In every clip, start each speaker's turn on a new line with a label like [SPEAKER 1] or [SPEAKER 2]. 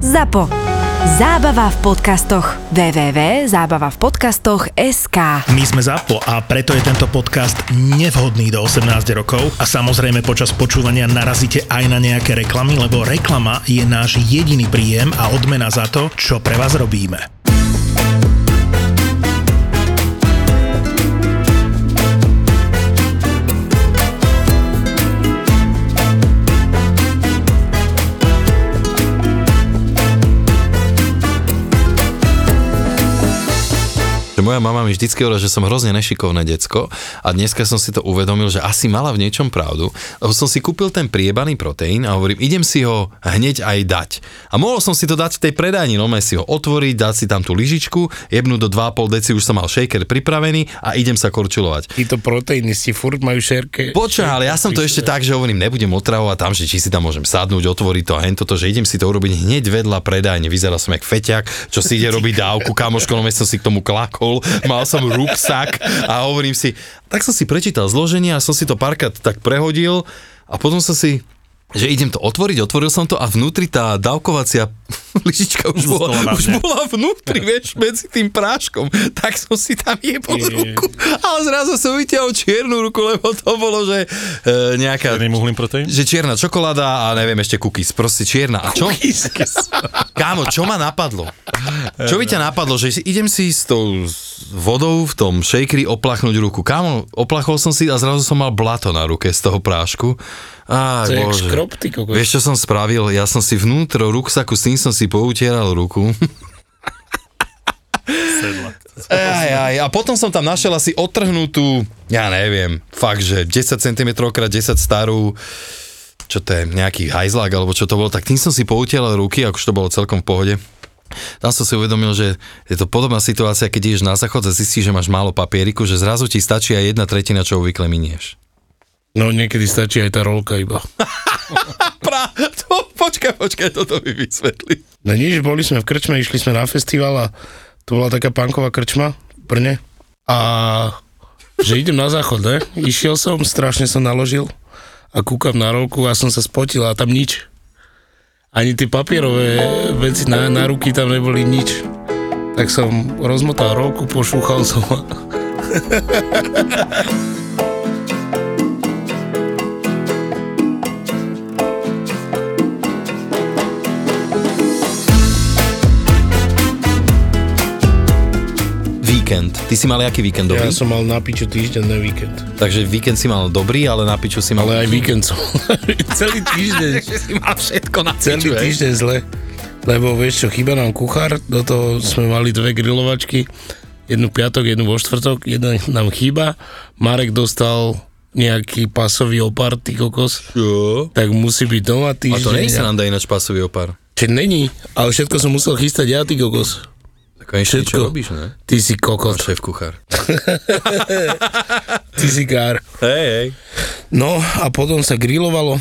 [SPEAKER 1] ZAPO. Zábava v podcastoch. www.zábavavpodcastoch.sk
[SPEAKER 2] My sme ZAPO a preto je tento podcast nevhodný do 18 rokov a samozrejme počas počúvania narazíte aj na nejaké reklamy, lebo reklama je náš jediný príjem a odmena za to, čo pre vás robíme.
[SPEAKER 3] Že moja mama mi vždycky hovorila, že som hrozne nešikovné decko a dneska som si to uvedomil, že asi mala v niečom pravdu, lebo som si kúpil ten priebaný proteín a hovorím, idem si ho hneď aj dať. A mohol som si to dať v tej predajni, no si ho otvoriť, dať si tam tú lyžičku, jebnúť do 2,5 deci, už som mal shaker pripravený a idem sa korčulovať.
[SPEAKER 4] Títo proteínisti furt majú šerke.
[SPEAKER 3] Počkaj, ale ja som to ešte tak, že hovorím, nebudem otravovať tam, že či si tam môžem sadnúť, otvoriť to a hen toto, že idem si to urobiť hneď vedľa predajne. Vyzeral som jak feťak, čo si ide robiť dávku, kamoško, no som si k tomu klakol, mal som ruksak a hovorím si, tak som si prečítal zloženie a som si to párkrát tak prehodil a potom som si že idem to otvoriť, otvoril som to a vnútri tá dávkovacia lyžička už bola,
[SPEAKER 2] Zostala na
[SPEAKER 3] už
[SPEAKER 2] mne.
[SPEAKER 3] bola vnútri, vieš, medzi tým práškom, tak som si tam jebol ruku, ale zrazu som vytiahol čiernu ruku, lebo to bolo, že e, nejaká,
[SPEAKER 5] Černým uhlím proteín?
[SPEAKER 3] že čierna čokoláda a neviem, ešte cookies, proste čierna. A čo? Kámo, čo ma napadlo? Čo by ťa napadlo, že si- idem si s tou s vodou v tom šejkri oplachnúť ruku? Kámo, oplachol som si a zrazu som mal blato na ruke z toho prášku. Á,
[SPEAKER 4] To je jak
[SPEAKER 3] bože.
[SPEAKER 4] škrob, ty kokos.
[SPEAKER 3] Vieš, čo som spravil? Ja som si vnútro ruksaku, s tým som si poutieral ruku. Aj, aj, a potom som tam našiel asi otrhnutú, ja neviem, fakt, že 10 cm krát 10 starú, čo to je, nejaký hajzlák, alebo čo to bolo, tak tým som si poutieral ruky, ak už to bolo celkom v pohode. Tam som si uvedomil, že je to podobná situácia, keď ideš na záchod a zistíš, že máš málo papieriku, že zrazu ti stačí aj jedna tretina, čo obvykle minieš.
[SPEAKER 4] No niekedy stačí aj tá rolka iba.
[SPEAKER 3] Pra, to, počkaj, počkaj, toto mi vysvetli.
[SPEAKER 4] No nič, boli sme v krčme, išli sme na festival a to bola taká punková krčma v Brne. A že idem na záchod, ne? Išiel som, strašne som naložil a kúkam na rolku a som sa spotil a tam nič. Ani tie papierové veci na, na ruky tam neboli nič. Tak som rozmotal rolku, pošúchal som a
[SPEAKER 3] Víkend. Ty si mal aký víkend
[SPEAKER 4] ja
[SPEAKER 3] dobrý?
[SPEAKER 4] som mal na piču týždenný víkend.
[SPEAKER 3] Takže víkend si mal dobrý, ale na piču si mal...
[SPEAKER 4] Ale aj víkend som. Celý týždeň.
[SPEAKER 3] Takže si mal všetko na
[SPEAKER 4] celý
[SPEAKER 3] piču, hej?
[SPEAKER 4] týždeň zle. Lebo vieš čo, chýba nám kuchár, do toho sme mali dve grilovačky, jednu piatok, jednu vo štvrtok, jedna nám chýba. Marek dostal nejaký pasový opar, ty kokos,
[SPEAKER 3] Čo?
[SPEAKER 4] tak musí byť
[SPEAKER 3] A
[SPEAKER 4] doma týždeň.
[SPEAKER 3] to nie sa nám dá ináč pasový opár.
[SPEAKER 4] Čiže není, ale všetko som musel chystať ja, ty kokos.
[SPEAKER 3] Tak konečne
[SPEAKER 4] Všetko.
[SPEAKER 3] čo robíš, ne?
[SPEAKER 4] Ty si kokot,
[SPEAKER 3] Šéf kuchár.
[SPEAKER 4] ty si kár.
[SPEAKER 3] Hej, hej. No.
[SPEAKER 4] No a potom sa grilovalo.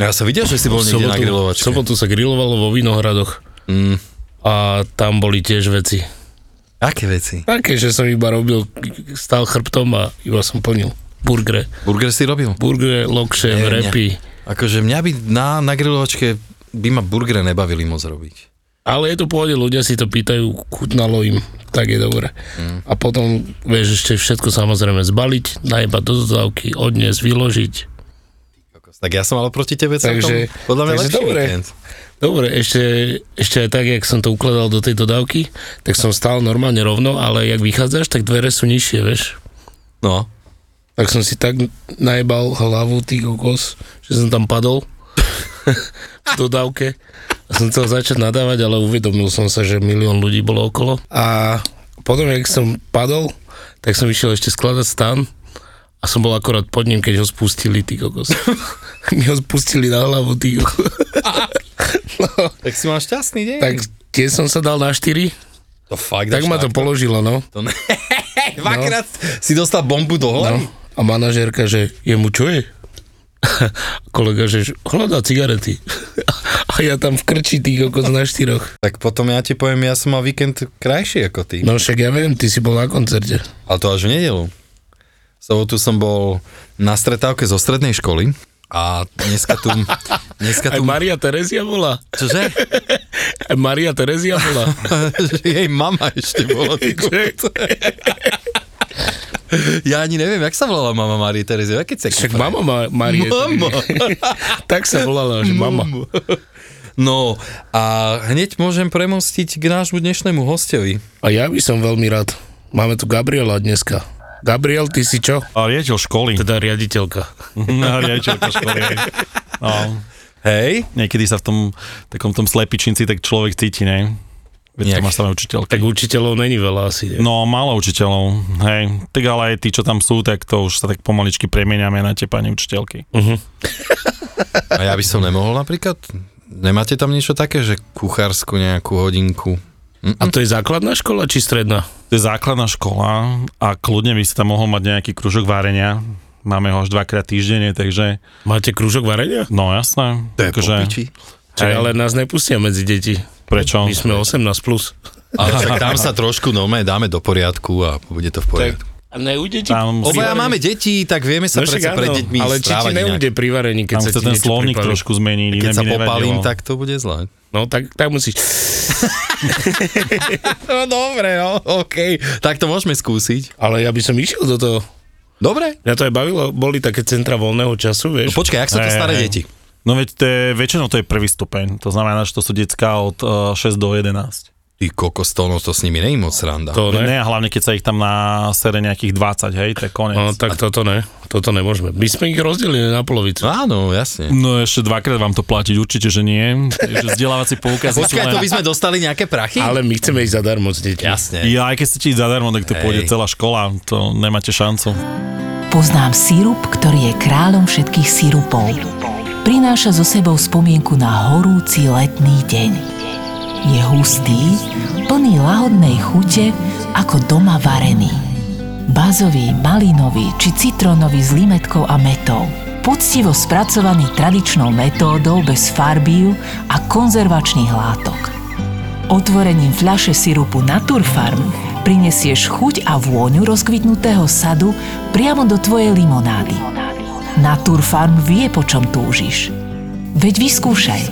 [SPEAKER 3] Ja som videl, že si bol niekde na
[SPEAKER 4] v
[SPEAKER 3] grilovačke.
[SPEAKER 4] sobotu sa grilovalo vo Vinohradoch.
[SPEAKER 3] Mm.
[SPEAKER 4] A tam boli tiež veci.
[SPEAKER 3] Aké veci?
[SPEAKER 4] Také, že som iba robil, stal chrbtom a iba som plnil burgre.
[SPEAKER 3] Burger si robil?
[SPEAKER 4] Burgere, lokše,
[SPEAKER 3] Nie, nie.
[SPEAKER 4] repy.
[SPEAKER 3] Akože mňa by na, na grilovačke by ma burgere nebavili moc robiť.
[SPEAKER 4] Ale je to v pohode, ľudia si to pýtajú, chutnalo im, tak je dobre. Mm. A potom, vieš, ešte všetko samozrejme zbaliť, najebať do dodávky, odniesť, vyložiť.
[SPEAKER 3] Tak ja som ale proti tebe celkom,
[SPEAKER 4] Takže-
[SPEAKER 3] podľa mňa
[SPEAKER 4] takže
[SPEAKER 3] lepší
[SPEAKER 4] dobre.
[SPEAKER 3] víkend.
[SPEAKER 4] Dobre, ešte, ešte aj tak, jak som to ukladal do tej dodávky, tak som stál normálne rovno, ale jak vychádzaš, tak dvere sú nižšie, vieš.
[SPEAKER 3] No,
[SPEAKER 4] tak som si tak najebal hlavu, ty kokos, že som tam padol v dodávke. A som chcel začať nadávať, ale uvedomil som sa, že milión ľudí bolo okolo. A potom, jak som padol, tak som išiel ešte skladať stan a som bol akorát pod ním, keď ho spustili, ty kokos. Mi ho spustili na hlavu, ty kokos. no,
[SPEAKER 3] tak si mal šťastný deň.
[SPEAKER 4] tak tie som sa dal na 4,
[SPEAKER 3] to fakt
[SPEAKER 4] tak
[SPEAKER 3] až
[SPEAKER 4] ma to položilo, no.
[SPEAKER 3] To ne... Dvakrát si dostal bombu do hlavy.
[SPEAKER 4] No. A manažérka, že jemu čo je? Kolega, že hľadá cigarety. A ja tam v krči tých kokos na štyroch.
[SPEAKER 3] Tak potom ja ti poviem, ja som mal víkend krajší ako ty.
[SPEAKER 4] No však ja viem, ty si bol na koncerte.
[SPEAKER 3] Ale to až v nedelu. V sobotu som bol na stretávke zo strednej školy a dneska tu... Dneska tu
[SPEAKER 4] Maria Terezia bola.
[SPEAKER 3] čože?
[SPEAKER 4] Aj Maria Terezia bola.
[SPEAKER 3] Že Jej mama ešte bola. ty kokos. Ja ani neviem, jak sa volala mama Marie Terezie. Aké
[SPEAKER 4] Však mama má Marie.
[SPEAKER 3] Mama.
[SPEAKER 4] tak sa volala, že mama.
[SPEAKER 3] No a hneď môžem premostiť k nášmu dnešnému hostovi.
[SPEAKER 4] A ja by som veľmi rád. Máme tu Gabriela dneska. Gabriel, ty si čo?
[SPEAKER 5] A riaditeľ školy.
[SPEAKER 4] Teda riaditeľka.
[SPEAKER 5] No, riaditeľka školy. hej. No,
[SPEAKER 3] Hej,
[SPEAKER 5] niekedy sa v tom takom tom slepičinci tak človek cíti, ne? Veď to
[SPEAKER 3] Jak?
[SPEAKER 5] máš samé učiteľky.
[SPEAKER 4] Tak učiteľov není veľa asi. Ne?
[SPEAKER 5] No, málo učiteľov, hej. Tak ale aj tí, čo tam sú, tak to už sa tak pomaličky premeniame na tie pani učiteľky.
[SPEAKER 3] a ja by som nemohol napríklad, nemáte tam niečo také, že kuchársku nejakú hodinku?
[SPEAKER 4] A to je základná škola či stredná?
[SPEAKER 5] To je základná škola a kľudne by si tam mohol mať nejaký kružok várenia. Máme ho až dvakrát týždenne, takže
[SPEAKER 4] Máte krúžok varenia?
[SPEAKER 5] no jasné. Takže,
[SPEAKER 3] popiči.
[SPEAKER 4] Čak, ale nás nepustia medzi deti.
[SPEAKER 5] Prečo?
[SPEAKER 4] My sme 18 plus.
[SPEAKER 3] Ale však tam sa trošku, no dáme do poriadku a bude to v poriadku.
[SPEAKER 4] A neujde ti?
[SPEAKER 5] Tam,
[SPEAKER 3] Obaja máme deti, tak vieme sa
[SPEAKER 4] No
[SPEAKER 3] predsa
[SPEAKER 4] však
[SPEAKER 3] pred
[SPEAKER 4] áno,
[SPEAKER 3] deťmi
[SPEAKER 4] ale či ti
[SPEAKER 3] správať nejak.
[SPEAKER 4] neujde pri varení, keď
[SPEAKER 5] tam
[SPEAKER 4] sa
[SPEAKER 5] chce
[SPEAKER 4] ti
[SPEAKER 5] ten
[SPEAKER 4] niečo
[SPEAKER 5] slovník
[SPEAKER 4] pripáli?
[SPEAKER 5] trošku zmeniť,
[SPEAKER 3] Keď
[SPEAKER 5] iné
[SPEAKER 3] sa
[SPEAKER 5] by
[SPEAKER 3] popalím,
[SPEAKER 5] nevadilo.
[SPEAKER 3] tak to bude zle.
[SPEAKER 4] No tak, tak musíš.
[SPEAKER 3] No dobre, no, OK. Tak to môžeme skúsiť.
[SPEAKER 4] Ale ja by som išiel do toho.
[SPEAKER 3] Dobre.
[SPEAKER 4] Mňa to aj bavilo, boli také centra voľného času,
[SPEAKER 3] No
[SPEAKER 4] vieš.
[SPEAKER 3] počkaj, jak sú to
[SPEAKER 5] Hej,
[SPEAKER 3] staré
[SPEAKER 5] hej.
[SPEAKER 3] deti?
[SPEAKER 5] No veď to je, väčšinou to je prvý stupeň, to znamená, že to sú decka od eh, 6 do 11.
[SPEAKER 3] Ty kokos, to, no, to s nimi nie je moc sranda.
[SPEAKER 4] To ne.
[SPEAKER 5] Ne, a hlavne keď sa ich tam nasere nejakých 20, hej, to je koniec.
[SPEAKER 4] No tak toto ne, toto nemôžeme. My sme ich rozdelili na polovicu.
[SPEAKER 3] No Áno, jasne.
[SPEAKER 5] No ešte dvakrát vám to platiť, určite, že nie. Takže vzdelávací poukaz je
[SPEAKER 3] Počkaj, to by sme dostali nejaké prachy?
[SPEAKER 4] Ale my chceme ísť zadarmo s deťmi.
[SPEAKER 3] Jasne.
[SPEAKER 5] Ja, aj keď ste ti zadarmo, tak to
[SPEAKER 3] Hej.
[SPEAKER 5] pôjde celá škola, to nemáte šancu.
[SPEAKER 6] Poznám sírup, ktorý je kráľom všetkých sírupov. Prináša so sebou spomienku na horúci letný deň. Je hustý, plný lahodnej chute, ako doma varený. Bazový, malinový či citronový s limetkou a metou. Poctivo spracovaný tradičnou metódou bez farbív a konzervačných látok. Otvorením fľaše sirupu Naturfarm prinesieš chuť a vôňu rozkvitnutého sadu priamo do tvojej limonády. Naturfarm vie, po čom túžiš. Veď vyskúšaj.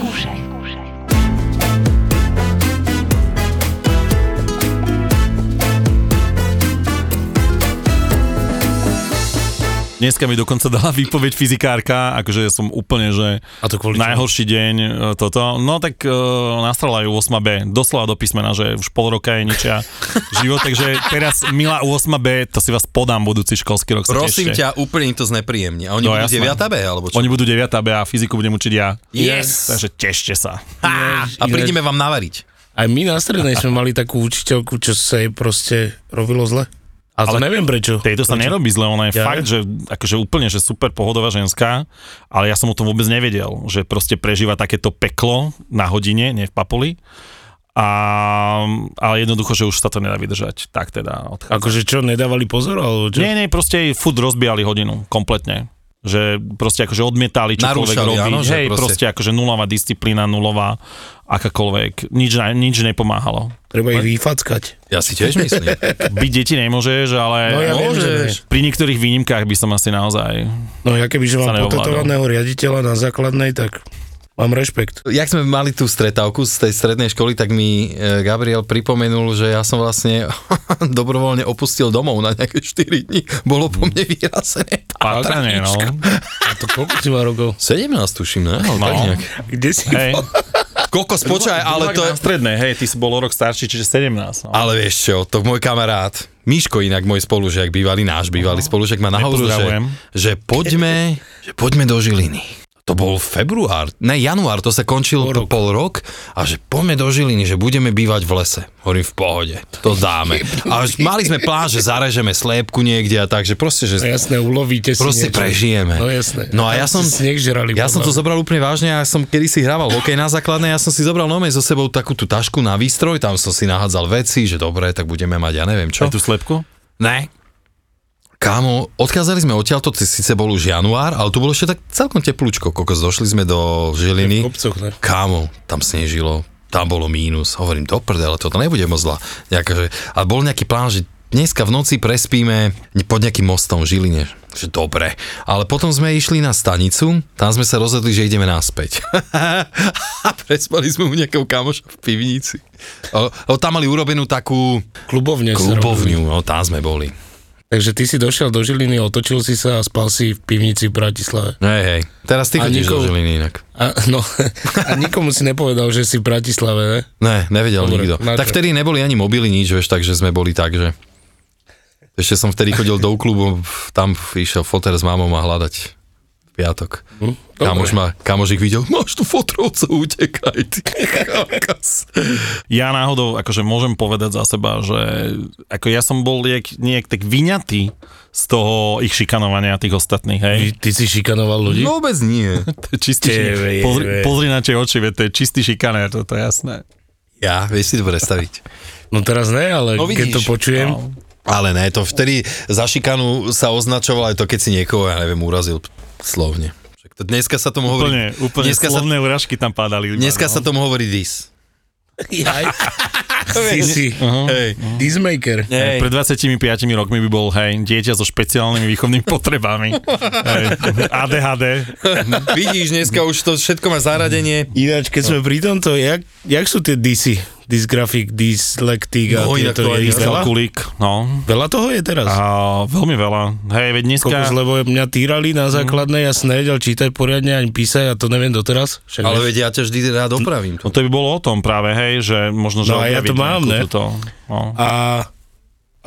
[SPEAKER 5] Dneska mi dokonca dala výpoveď fyzikárka, akože ja som úplne, že
[SPEAKER 4] A to kvôli čomu?
[SPEAKER 5] najhorší deň e, toto. No tak e, nastrala ju 8B, doslova do písmena, že už pol roka je ničia život, takže teraz milá 8B, to si vás podám budúci školský rok. sa
[SPEAKER 3] Prosím
[SPEAKER 5] tešte.
[SPEAKER 3] ťa, úplne im to znepríjemne. A oni
[SPEAKER 5] No,
[SPEAKER 3] budú
[SPEAKER 5] jasné.
[SPEAKER 3] 9B, alebo čo?
[SPEAKER 5] Oni budú 9B a fyziku budem učiť ja.
[SPEAKER 3] Yes!
[SPEAKER 5] Takže tešte sa.
[SPEAKER 3] A prídeme vám navariť.
[SPEAKER 4] Aj my na strednej sme mali takú učiteľku, čo sa jej proste robilo zle. A to
[SPEAKER 5] Ale-
[SPEAKER 4] neviem prečo.
[SPEAKER 5] Tejto sa
[SPEAKER 4] Prečo?
[SPEAKER 5] nerobí zle, ona je
[SPEAKER 4] Ja?
[SPEAKER 5] ja? fakt, že akože úplne, že super pohodová ženská, ale ja som o tom vôbec nevedel, že proste prežíva takéto peklo na hodine, nie v papuli. A, ale jednoducho, že už sa to nedá vydržať. Tak teda odchádza.
[SPEAKER 4] Akože čo, nedávali pozor? Alebo čo?
[SPEAKER 5] Nie, nie, proste jej furt rozbijali hodinu, kompletne. Že proste akože odmietali čokoľvek
[SPEAKER 3] Narúšali,
[SPEAKER 5] robiť.
[SPEAKER 3] áno, že
[SPEAKER 5] Hej,
[SPEAKER 3] proste-
[SPEAKER 5] proste akože nulová disciplína, nulová akákoľvek. Nič, na- nič nepomáhalo.
[SPEAKER 4] Treba ich vyfackať.
[SPEAKER 3] Ja si tiež myslím.
[SPEAKER 5] Byť deti nemôžeš, ale
[SPEAKER 4] No ja viem, že
[SPEAKER 5] môžeš. pri niektorých výnimkách by som asi naozaj
[SPEAKER 4] No ja keby, že
[SPEAKER 5] Sa
[SPEAKER 4] mám
[SPEAKER 5] neovládal.
[SPEAKER 4] potetovaného riaditeľa na základnej, tak mám rešpekt.
[SPEAKER 3] Jak sme mali tú stretávku z tej strednej školy, tak mi e, Gabriel pripomenul, že ja som vlastne dobrovoľne opustil domov na nejaké 4 dní. Bolo po mne vyrazené.
[SPEAKER 5] Pátranie, no.
[SPEAKER 4] A to koľko si má rokov?
[SPEAKER 3] 17 tuším, ne? No. Tak nejak.
[SPEAKER 4] Kde si?
[SPEAKER 5] Hej.
[SPEAKER 3] Kokos, počkaj, ale to je...
[SPEAKER 5] stredné, hej, ty si bol o rok starší, čiže 17. No.
[SPEAKER 3] Ale vieš čo, to môj kamarát, Miško inak, môj spolužiak, bývalý náš bývalý spolužiak, ma nahovoril, že,
[SPEAKER 5] Nepozdravujem.
[SPEAKER 3] že, poďme, že poďme do Žiliny. To bol február, ne január, to sa končil pol rok. pol rok a že poďme do Žiliny, že budeme bývať v lese. Hovorím v pohode, to dáme. A už mali sme plán, že zarežeme slépku niekde a tak, že proste, že
[SPEAKER 4] No jasné, ulovíte si
[SPEAKER 3] Proste
[SPEAKER 4] niečo.
[SPEAKER 3] prežijeme.
[SPEAKER 4] No jasné.
[SPEAKER 3] No a ja som...
[SPEAKER 4] Si sneh žrali,
[SPEAKER 3] ja som to
[SPEAKER 4] podľa.
[SPEAKER 3] zobral úplne vážne, ja som kedy si hrával hokej na základnej, ja som si zobral nome so sebou takú tú tašku na výstroj, tam som si nahádzal veci, že dobre, tak budeme mať, ja neviem čo.
[SPEAKER 5] Aj tú slepku?
[SPEAKER 3] Ne. Kámo, odkázali sme odtiaľ, to síce bol už január, ale tu bolo ešte tak celkom teplúčko, kokos, došli sme do
[SPEAKER 4] V
[SPEAKER 3] Žiliny.
[SPEAKER 4] obcoch, ne?
[SPEAKER 3] Kámo, tam snežilo, tam bolo mínus. Hovorím, do prdele, toto nebude moc zlá. Nejaká, že, a bol nejaký plán, že dneska v noci prespíme pod nejakým mostom v Žiline. Že dobre. Ale potom sme išli na stanicu, tam sme sa rozhodli, že ideme naspäť. a prespali sme u nejakého kamoša v pivnici. O, o, tam mali urobenú takú
[SPEAKER 4] Klubovne sa robili.
[SPEAKER 3] klubovňu, o, tam sme boli.
[SPEAKER 4] Takže ty si došiel do Žiliny, otočil si sa a spal si v pivnici v Bratislave.
[SPEAKER 3] Hej, hej. Teraz ty
[SPEAKER 4] A
[SPEAKER 3] chodíš do
[SPEAKER 4] nikoho-
[SPEAKER 3] Žiliny inak.
[SPEAKER 4] A, no, a nikomu si nepovedal, že si v Bratislave, ne?
[SPEAKER 3] Ne, nevedel
[SPEAKER 4] Dobre,
[SPEAKER 3] Dobre, nikto.
[SPEAKER 4] na
[SPEAKER 3] Tak
[SPEAKER 4] čo?
[SPEAKER 3] vtedy neboli ani mobily, nič, vieš, takže sme boli tak, že... Ešte som vtedy chodil do klubu, tam išiel foter s mamou ma hľadať v piatok. Hm, kamož, ma, kamož ich videl, máš tu fotrovcov, utekaj, ty kakas.
[SPEAKER 4] Hm?
[SPEAKER 5] Ja náhodou, akože môžem povedať za seba, že ako ja som bol niek, niek tak vyňatý z toho ich šikanovania tých ostatných, hej.
[SPEAKER 4] Ty, ty si šikanoval ľudí? No.
[SPEAKER 3] Vôbec nie.
[SPEAKER 5] To je
[SPEAKER 4] Ty
[SPEAKER 5] čistý šik-
[SPEAKER 4] vie,
[SPEAKER 5] pozri,
[SPEAKER 4] vie.
[SPEAKER 5] pozri na tie oči, vie, to je čistý šikanér, to, to je jasné.
[SPEAKER 3] Ja, vieš si to predstaviť.
[SPEAKER 4] no teraz ne, ale
[SPEAKER 3] No
[SPEAKER 4] no,
[SPEAKER 3] vidíš,
[SPEAKER 4] keď to počujem, no.
[SPEAKER 3] Ale ne, to vtedy za šikanu sa označovalo aj to, keď si niekoho, ja neviem, urazil slovne. Však to dneska sa tomu hovorí...
[SPEAKER 5] Úplne, úplne
[SPEAKER 3] dneska sa,
[SPEAKER 5] slovné urážky tam pádali. iba,
[SPEAKER 3] dneska
[SPEAKER 5] no.
[SPEAKER 3] sa tomu hovorí dis.
[SPEAKER 4] jaj, si si
[SPEAKER 5] Hm?
[SPEAKER 3] Hej.
[SPEAKER 4] dismaker.
[SPEAKER 5] Hej. Pred 25 rokmi by bol hej, dieťa so špeciálnymi výchovnými potrebami. hej, ADHD.
[SPEAKER 3] Vidíš, dneska už to všetko má zaradenie.
[SPEAKER 4] Ináč, keď sme pri tomto, jak, jak sú tie disy? Dysgrafik, dyslektik a
[SPEAKER 3] No, inak to
[SPEAKER 4] tieto
[SPEAKER 3] aj
[SPEAKER 4] je ich
[SPEAKER 3] ja.
[SPEAKER 4] veľa?
[SPEAKER 5] Kalkulík, no.
[SPEAKER 4] Veľa toho je teraz.
[SPEAKER 5] A veľmi veľa. Hej, veď dneska...
[SPEAKER 4] Kokos, lebo mňa týrali
[SPEAKER 3] Mhm.
[SPEAKER 4] na základnej, ja som nevedel čítať poriadne ani písať a to neviem doteraz. Však
[SPEAKER 3] Ale veď ja ťa vždy rád opravím.
[SPEAKER 5] No
[SPEAKER 3] To.
[SPEAKER 5] to by bolo o tom práve, hej, že možno, že...
[SPEAKER 4] No a ja to
[SPEAKER 5] objaviť
[SPEAKER 4] mám,
[SPEAKER 5] nejakú
[SPEAKER 4] ne?
[SPEAKER 5] Túto, no.
[SPEAKER 4] A,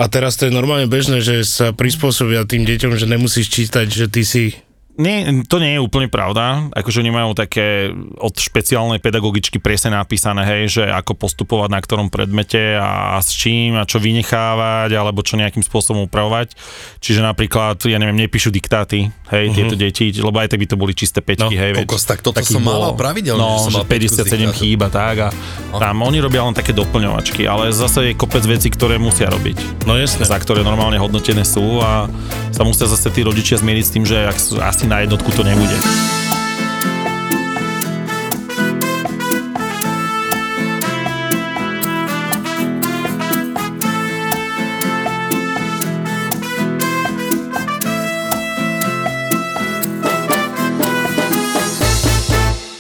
[SPEAKER 4] a teraz to je normálne bežné, že sa prispôsobia tým deťom, že nemusíš čítať, že ty si...
[SPEAKER 5] Nie, to nie je úplne pravda. Akože oni majú také od špeciálnej pedagogičky presne napísané, hej, že ako postupovať na ktorom predmete a, a s čím a čo vynechávať alebo čo nejakým spôsobom upravovať. Čiže napríklad, ja neviem, nepíšu diktáty, hej, uh-huh. tieto deti, lebo aj tak by to boli čisté peťky, no, hej. veď
[SPEAKER 3] Mhm. kokos, tak toto
[SPEAKER 5] takých
[SPEAKER 3] som mal
[SPEAKER 5] bolo.
[SPEAKER 3] pravidelne, že
[SPEAKER 5] No,
[SPEAKER 3] som
[SPEAKER 5] že
[SPEAKER 3] mal peťku z
[SPEAKER 5] 57
[SPEAKER 3] diktátu.
[SPEAKER 5] chýba, tak a tam oni robia len také doplňovačky, ale zase je kopec vecí, ktoré musia robiť
[SPEAKER 4] No jasné.
[SPEAKER 5] za ktoré normálne hodnotené sú a sa musia zase tí rodičia zmieriť s tým, že ak, asi na jednotku to nebude.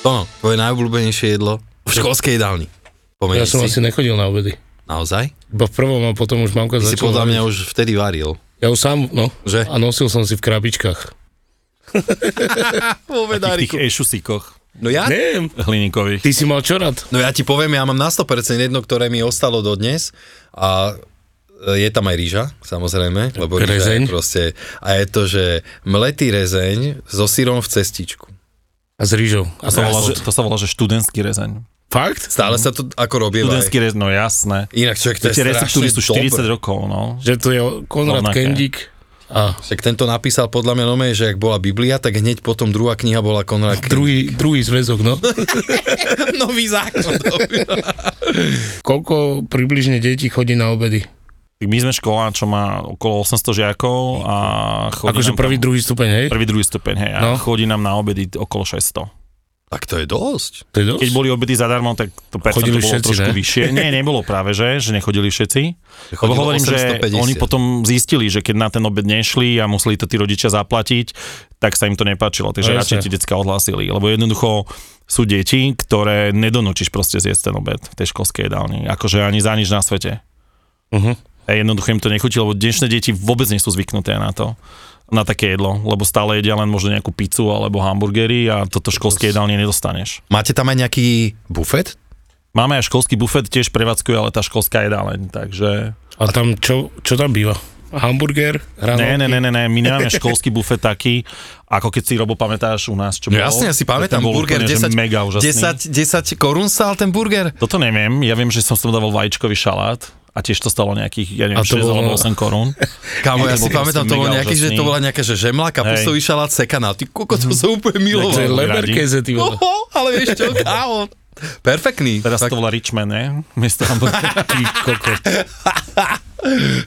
[SPEAKER 3] No, tvoje najobľúbenejšie jedlo v školskej jedálni.
[SPEAKER 4] Ja
[SPEAKER 3] Pomenieš
[SPEAKER 4] som
[SPEAKER 3] si?
[SPEAKER 4] asi nechodil na obedy.
[SPEAKER 3] Naozaj?
[SPEAKER 4] Iba v prvom a potom už mamka
[SPEAKER 3] Ty si
[SPEAKER 4] začala...
[SPEAKER 3] podľa mňa už vtedy varil.
[SPEAKER 4] Ja už sám, no.
[SPEAKER 3] Že?
[SPEAKER 4] A nosil som si v krabičkách.
[SPEAKER 3] Vo
[SPEAKER 5] V tých ešusíkoch
[SPEAKER 3] No ja?
[SPEAKER 4] Neviem.
[SPEAKER 5] hliníkových.
[SPEAKER 4] Ty si mal čo rád?
[SPEAKER 3] No ja ti poviem, ja mám na 100% jedno, ktoré mi ostalo dodnes a e, je tam aj rýža, samozrejme, lebo rýža je
[SPEAKER 4] Rezeň.
[SPEAKER 3] proste, a je to, že mletý rezeň so sírom v cestičku.
[SPEAKER 4] A s rýžou.
[SPEAKER 5] A sa volá, že, to sa volá, že študentský rezeň.
[SPEAKER 4] Fakt?
[SPEAKER 3] Stále sa to ako robie
[SPEAKER 5] Študentský rezeň, no jasné.
[SPEAKER 3] Inak človek, to je
[SPEAKER 5] Tie receptúry sú 40
[SPEAKER 3] strašne dobré.
[SPEAKER 5] rokov, no.
[SPEAKER 4] Že to je Konrad
[SPEAKER 5] Rovnaké.
[SPEAKER 4] Kendík. A
[SPEAKER 3] Však tento napísal podľa mňa nome, že ak bola Biblia, tak hneď potom druhá kniha bola Konrad Kendrick.
[SPEAKER 4] druhý, druhý zväzok, no.
[SPEAKER 3] Nový zákon.
[SPEAKER 4] Koľko približne detí chodí na obedy?
[SPEAKER 5] Tak My sme škola, čo má okolo 800 žiakov a chodí
[SPEAKER 4] Akože
[SPEAKER 5] nám
[SPEAKER 4] prvý,
[SPEAKER 5] tam,
[SPEAKER 4] druhý stupeň, hej?
[SPEAKER 5] prvý, druhý stupeň, hej, a
[SPEAKER 4] No.
[SPEAKER 5] chodí nám na obedy okolo 600.
[SPEAKER 3] tak to je dosť.
[SPEAKER 4] To je dosť?
[SPEAKER 5] Keď boli obedy zadarmo, tak to percento
[SPEAKER 4] Chodili
[SPEAKER 5] bolo
[SPEAKER 4] všetci,
[SPEAKER 5] trošku
[SPEAKER 4] ne?
[SPEAKER 5] vyššie. Nie, nebolo práve, že, že nechodili všetci. Lebo
[SPEAKER 3] Chodilo
[SPEAKER 5] hovorím, že
[SPEAKER 3] 850.
[SPEAKER 5] oni potom zistili, že keď na ten obed nešli a museli to tí rodičia zaplatiť, tak sa im to nepáčilo. Takže
[SPEAKER 4] No,
[SPEAKER 5] radšej
[SPEAKER 4] jasne.
[SPEAKER 5] tie decka odhlásili. Lebo jednoducho sú deti, ktoré nedonúčiš proste zjesť ten obed v tej školskej jedálni. Akože ani za nič na svete.
[SPEAKER 4] Uh-huh.
[SPEAKER 5] A jednoducho im to nechutí, lebo dnešné deti vôbec nie sú zvyknuté na to na také jedlo, lebo stále jedia len možno nejakú pizzu alebo hamburgery a toto školské jedálne nedostaneš.
[SPEAKER 3] Máte tam aj nejaký bufet?
[SPEAKER 5] Máme aj školský bufet, tiež prevádzkuje, ale tá školská jedáleň, takže...
[SPEAKER 4] A tam čo, čo tam býva? Hamburger? Hranolky?
[SPEAKER 5] Ne, ne, ne, ne, ne, my nemáme školský bufet taký, ako keď si, Robo, pamätáš u nás, čo
[SPEAKER 3] No
[SPEAKER 5] bolo?
[SPEAKER 3] jasne, ja si pamätám,
[SPEAKER 5] Ten bol
[SPEAKER 3] burger
[SPEAKER 5] úplne, že
[SPEAKER 3] 10,
[SPEAKER 5] mega úžasný.
[SPEAKER 3] 10, 10 korún stál ten burger.
[SPEAKER 5] Toto neviem, ja viem, že som som dával vajíčkový šalát a tiež to stalo nejakých, ja neviem,
[SPEAKER 4] A to
[SPEAKER 5] 6
[SPEAKER 4] bolo-
[SPEAKER 5] alebo 8 korún.
[SPEAKER 3] Kámo, ja
[SPEAKER 5] Nie, to
[SPEAKER 3] si
[SPEAKER 5] bol
[SPEAKER 3] pamätám,
[SPEAKER 5] proste
[SPEAKER 3] to bolo
[SPEAKER 5] mega
[SPEAKER 3] nejaký, že
[SPEAKER 5] úžasný.
[SPEAKER 3] to bola nejaká, že žemla, kapustový šalát, sekaná. Ty koko, to som úplne
[SPEAKER 4] To je
[SPEAKER 5] Boli
[SPEAKER 3] miloval.
[SPEAKER 5] le-
[SPEAKER 4] Leberkeze, ty vole.
[SPEAKER 3] Oho, ale vieš čo, kámo. Perfektný.
[SPEAKER 5] Teraz
[SPEAKER 3] Tak-
[SPEAKER 5] to volá Richman, ne? Miesto hamburgera.
[SPEAKER 4] Ty kokot.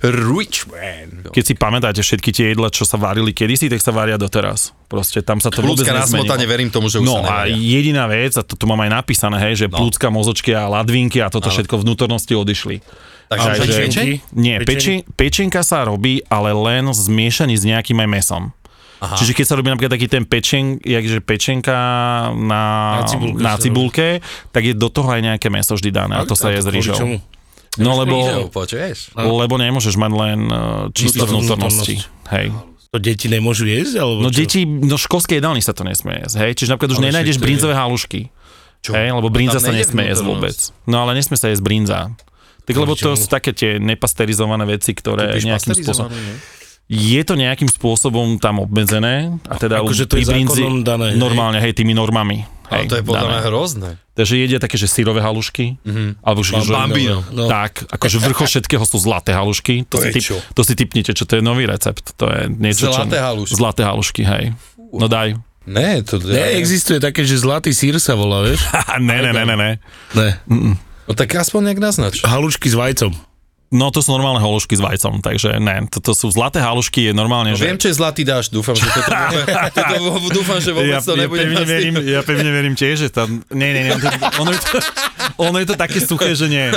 [SPEAKER 3] Rich man.
[SPEAKER 5] Keď si pamätáte všetky tie jedla, čo sa varili kedysi, tak sa varia doteraz. Proste tam sa to vôbec
[SPEAKER 3] Ľudská
[SPEAKER 5] nezmenilo.
[SPEAKER 3] násmota, neverím tomu, že už sa
[SPEAKER 5] No a
[SPEAKER 3] nevaria.
[SPEAKER 5] jediná vec, a toto mám aj napísané, hej, že no. plúcka, mozočky a ladvinky a toto všetko vnútornosti odišli.
[SPEAKER 3] Takže aj
[SPEAKER 5] Ale že-
[SPEAKER 3] pečenky?
[SPEAKER 5] Nie,
[SPEAKER 4] Pečenie?
[SPEAKER 5] peči, pečenka sa robí, ale len zmiešaný s nejakým aj mesom. Aha. Čiže keď sa robí napríklad taký ten pečen, jakže pečenka
[SPEAKER 4] Na
[SPEAKER 5] na,
[SPEAKER 4] cibulke
[SPEAKER 5] na
[SPEAKER 4] sa
[SPEAKER 5] cibulke tak je do toho aj nejaké meso vždy dané a to sa je s
[SPEAKER 4] Kvôli čomu?
[SPEAKER 5] rýžou. No lebo,
[SPEAKER 3] Rýžou, počuješ?
[SPEAKER 5] lebo nemôžeš mať len eh, čisto
[SPEAKER 4] Vnútornú
[SPEAKER 5] vnútornosti. Hej.
[SPEAKER 4] To deti nemôžu jesť? Alebo
[SPEAKER 5] No
[SPEAKER 4] čo?
[SPEAKER 5] deti, no v školskej jedálni sa to nesmie jesť, hej? Čiže napríklad už
[SPEAKER 3] Ale
[SPEAKER 5] nenájdeš
[SPEAKER 3] však to je-
[SPEAKER 5] brinzové halušky,
[SPEAKER 3] Čo?
[SPEAKER 5] hej? Lebo
[SPEAKER 3] A
[SPEAKER 5] brinza
[SPEAKER 3] tam
[SPEAKER 5] sa
[SPEAKER 3] nejde
[SPEAKER 5] nesmie jesť vôbec.
[SPEAKER 3] vnútornosť.
[SPEAKER 5] No ale nesmie sa jesť brinza. Tak lebo to sú také tie nepasterizované veci, ktoré
[SPEAKER 3] Kúpiš
[SPEAKER 5] nejakým spôsobom...
[SPEAKER 3] pasterizovanú, nie?
[SPEAKER 5] Je to nejakým spôsobom tam obmedzené a teda
[SPEAKER 4] Akože
[SPEAKER 5] u-
[SPEAKER 4] to je
[SPEAKER 5] pri brinzi
[SPEAKER 4] zákonom dané, hej?
[SPEAKER 5] normálne, hej, tými normami.
[SPEAKER 3] Ale
[SPEAKER 5] hej,
[SPEAKER 3] to je podľa
[SPEAKER 5] dané.
[SPEAKER 3] mňa hrozné.
[SPEAKER 5] Takže jedia také, že sírové halušky, mm-hmm. alebo že, že
[SPEAKER 3] Mhm. Bambino.
[SPEAKER 4] No.
[SPEAKER 5] tak, akože vrchol všetkého sú zlaté halušky. To,
[SPEAKER 3] To je
[SPEAKER 5] si, typ,
[SPEAKER 3] čo?
[SPEAKER 5] to si typnite, čo to je nový recept. To je niečo, čo-
[SPEAKER 3] Zlaté halušky.
[SPEAKER 5] Zlaté halušky, hej. No daj.
[SPEAKER 3] Ne, to...
[SPEAKER 5] teda
[SPEAKER 4] Ne, existuje také, že zlatý sír sa volá, vieš?
[SPEAKER 5] Ha, ne, ne, ne, ne, ne.
[SPEAKER 4] Ne.
[SPEAKER 3] No tak aspoň nejak naznač.
[SPEAKER 4] Halušky s vajcom.
[SPEAKER 5] No to sú normálne halušky s vajcom, takže ne, toto sú zlaté halušky, je normálne, že...
[SPEAKER 3] No Viem, čo je zlatý dáš, dúfam, že toto, toto dúfam, že vôbec
[SPEAKER 5] ja,
[SPEAKER 3] to
[SPEAKER 5] ja,
[SPEAKER 3] nebude
[SPEAKER 5] pevne verím, ja pevne verím tiež, že tam... Nie, nie, nie, on to, ono, je to, ono je to také suché, že nie.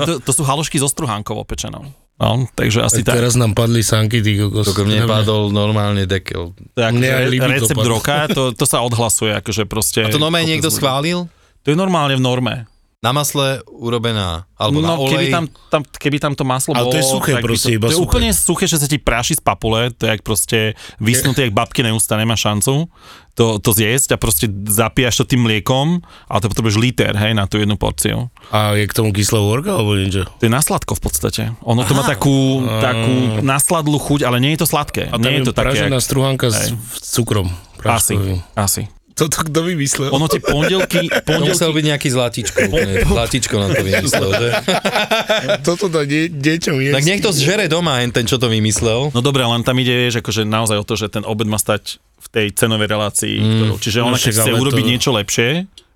[SPEAKER 5] To, to sú halušky so struhánkou opečenou. No, takže asi tak.
[SPEAKER 4] Teraz nám padli sanky, ty kokos.
[SPEAKER 3] Toko mne padol normálne dekel.
[SPEAKER 5] To je ako
[SPEAKER 4] Mne aj
[SPEAKER 5] re-
[SPEAKER 4] líbí to,
[SPEAKER 5] recept
[SPEAKER 4] pán.
[SPEAKER 5] roka, to, to sa odhlasuje, akože
[SPEAKER 3] A
[SPEAKER 5] proste...
[SPEAKER 3] to nome niekto schválil?
[SPEAKER 5] To je normálne v norme.
[SPEAKER 3] Na masle urobená, alebo na
[SPEAKER 5] no,
[SPEAKER 3] olej.
[SPEAKER 5] keby tam, tam, keby tam to maslo
[SPEAKER 4] Ale
[SPEAKER 5] bolo...
[SPEAKER 4] to je suché
[SPEAKER 5] tak by
[SPEAKER 4] proste,
[SPEAKER 5] to,
[SPEAKER 4] iba
[SPEAKER 5] To je
[SPEAKER 4] suché.
[SPEAKER 5] úplne suché, že sa ti práši z papule, to je jak proste vysnutý, jak babky neústa, nemá šancu to, to zjesť a proste zapíjaš to tým mliekom, ale to potrebuješ liter, hej, na tú jednu porciu.
[SPEAKER 4] A je k tomu kyslá horka, alebo niečo?
[SPEAKER 5] To je nasladko v podstate. Ono to má takú, takú nasladlú chuť, ale nie je to sladké.
[SPEAKER 4] A tam
[SPEAKER 5] nie je to také,
[SPEAKER 4] pražená
[SPEAKER 5] jak...
[SPEAKER 4] struhanka s
[SPEAKER 5] Hej.
[SPEAKER 4] s cukrom.
[SPEAKER 5] Asi,
[SPEAKER 4] práškovým.
[SPEAKER 5] asi.
[SPEAKER 4] Toto kto vymyslel?
[SPEAKER 5] Ono tie pondelky,
[SPEAKER 3] To
[SPEAKER 5] pondelky
[SPEAKER 3] musel byť nejaký zlatičko. úplne. Zlatičko nám to vymyslel, že?
[SPEAKER 4] Toto dá de- deťom jesť.
[SPEAKER 3] Tak niekto zžere doma, len ten, čo to vymyslel.
[SPEAKER 5] No dobre, len tam ide, vieš, akože naozaj o to, že ten obed má stať v tej cenovej relácii. Mm, ktorú, čiže
[SPEAKER 4] no
[SPEAKER 5] ona keď
[SPEAKER 4] však,
[SPEAKER 5] chce
[SPEAKER 4] ale to-
[SPEAKER 5] urobiť niečo lepšie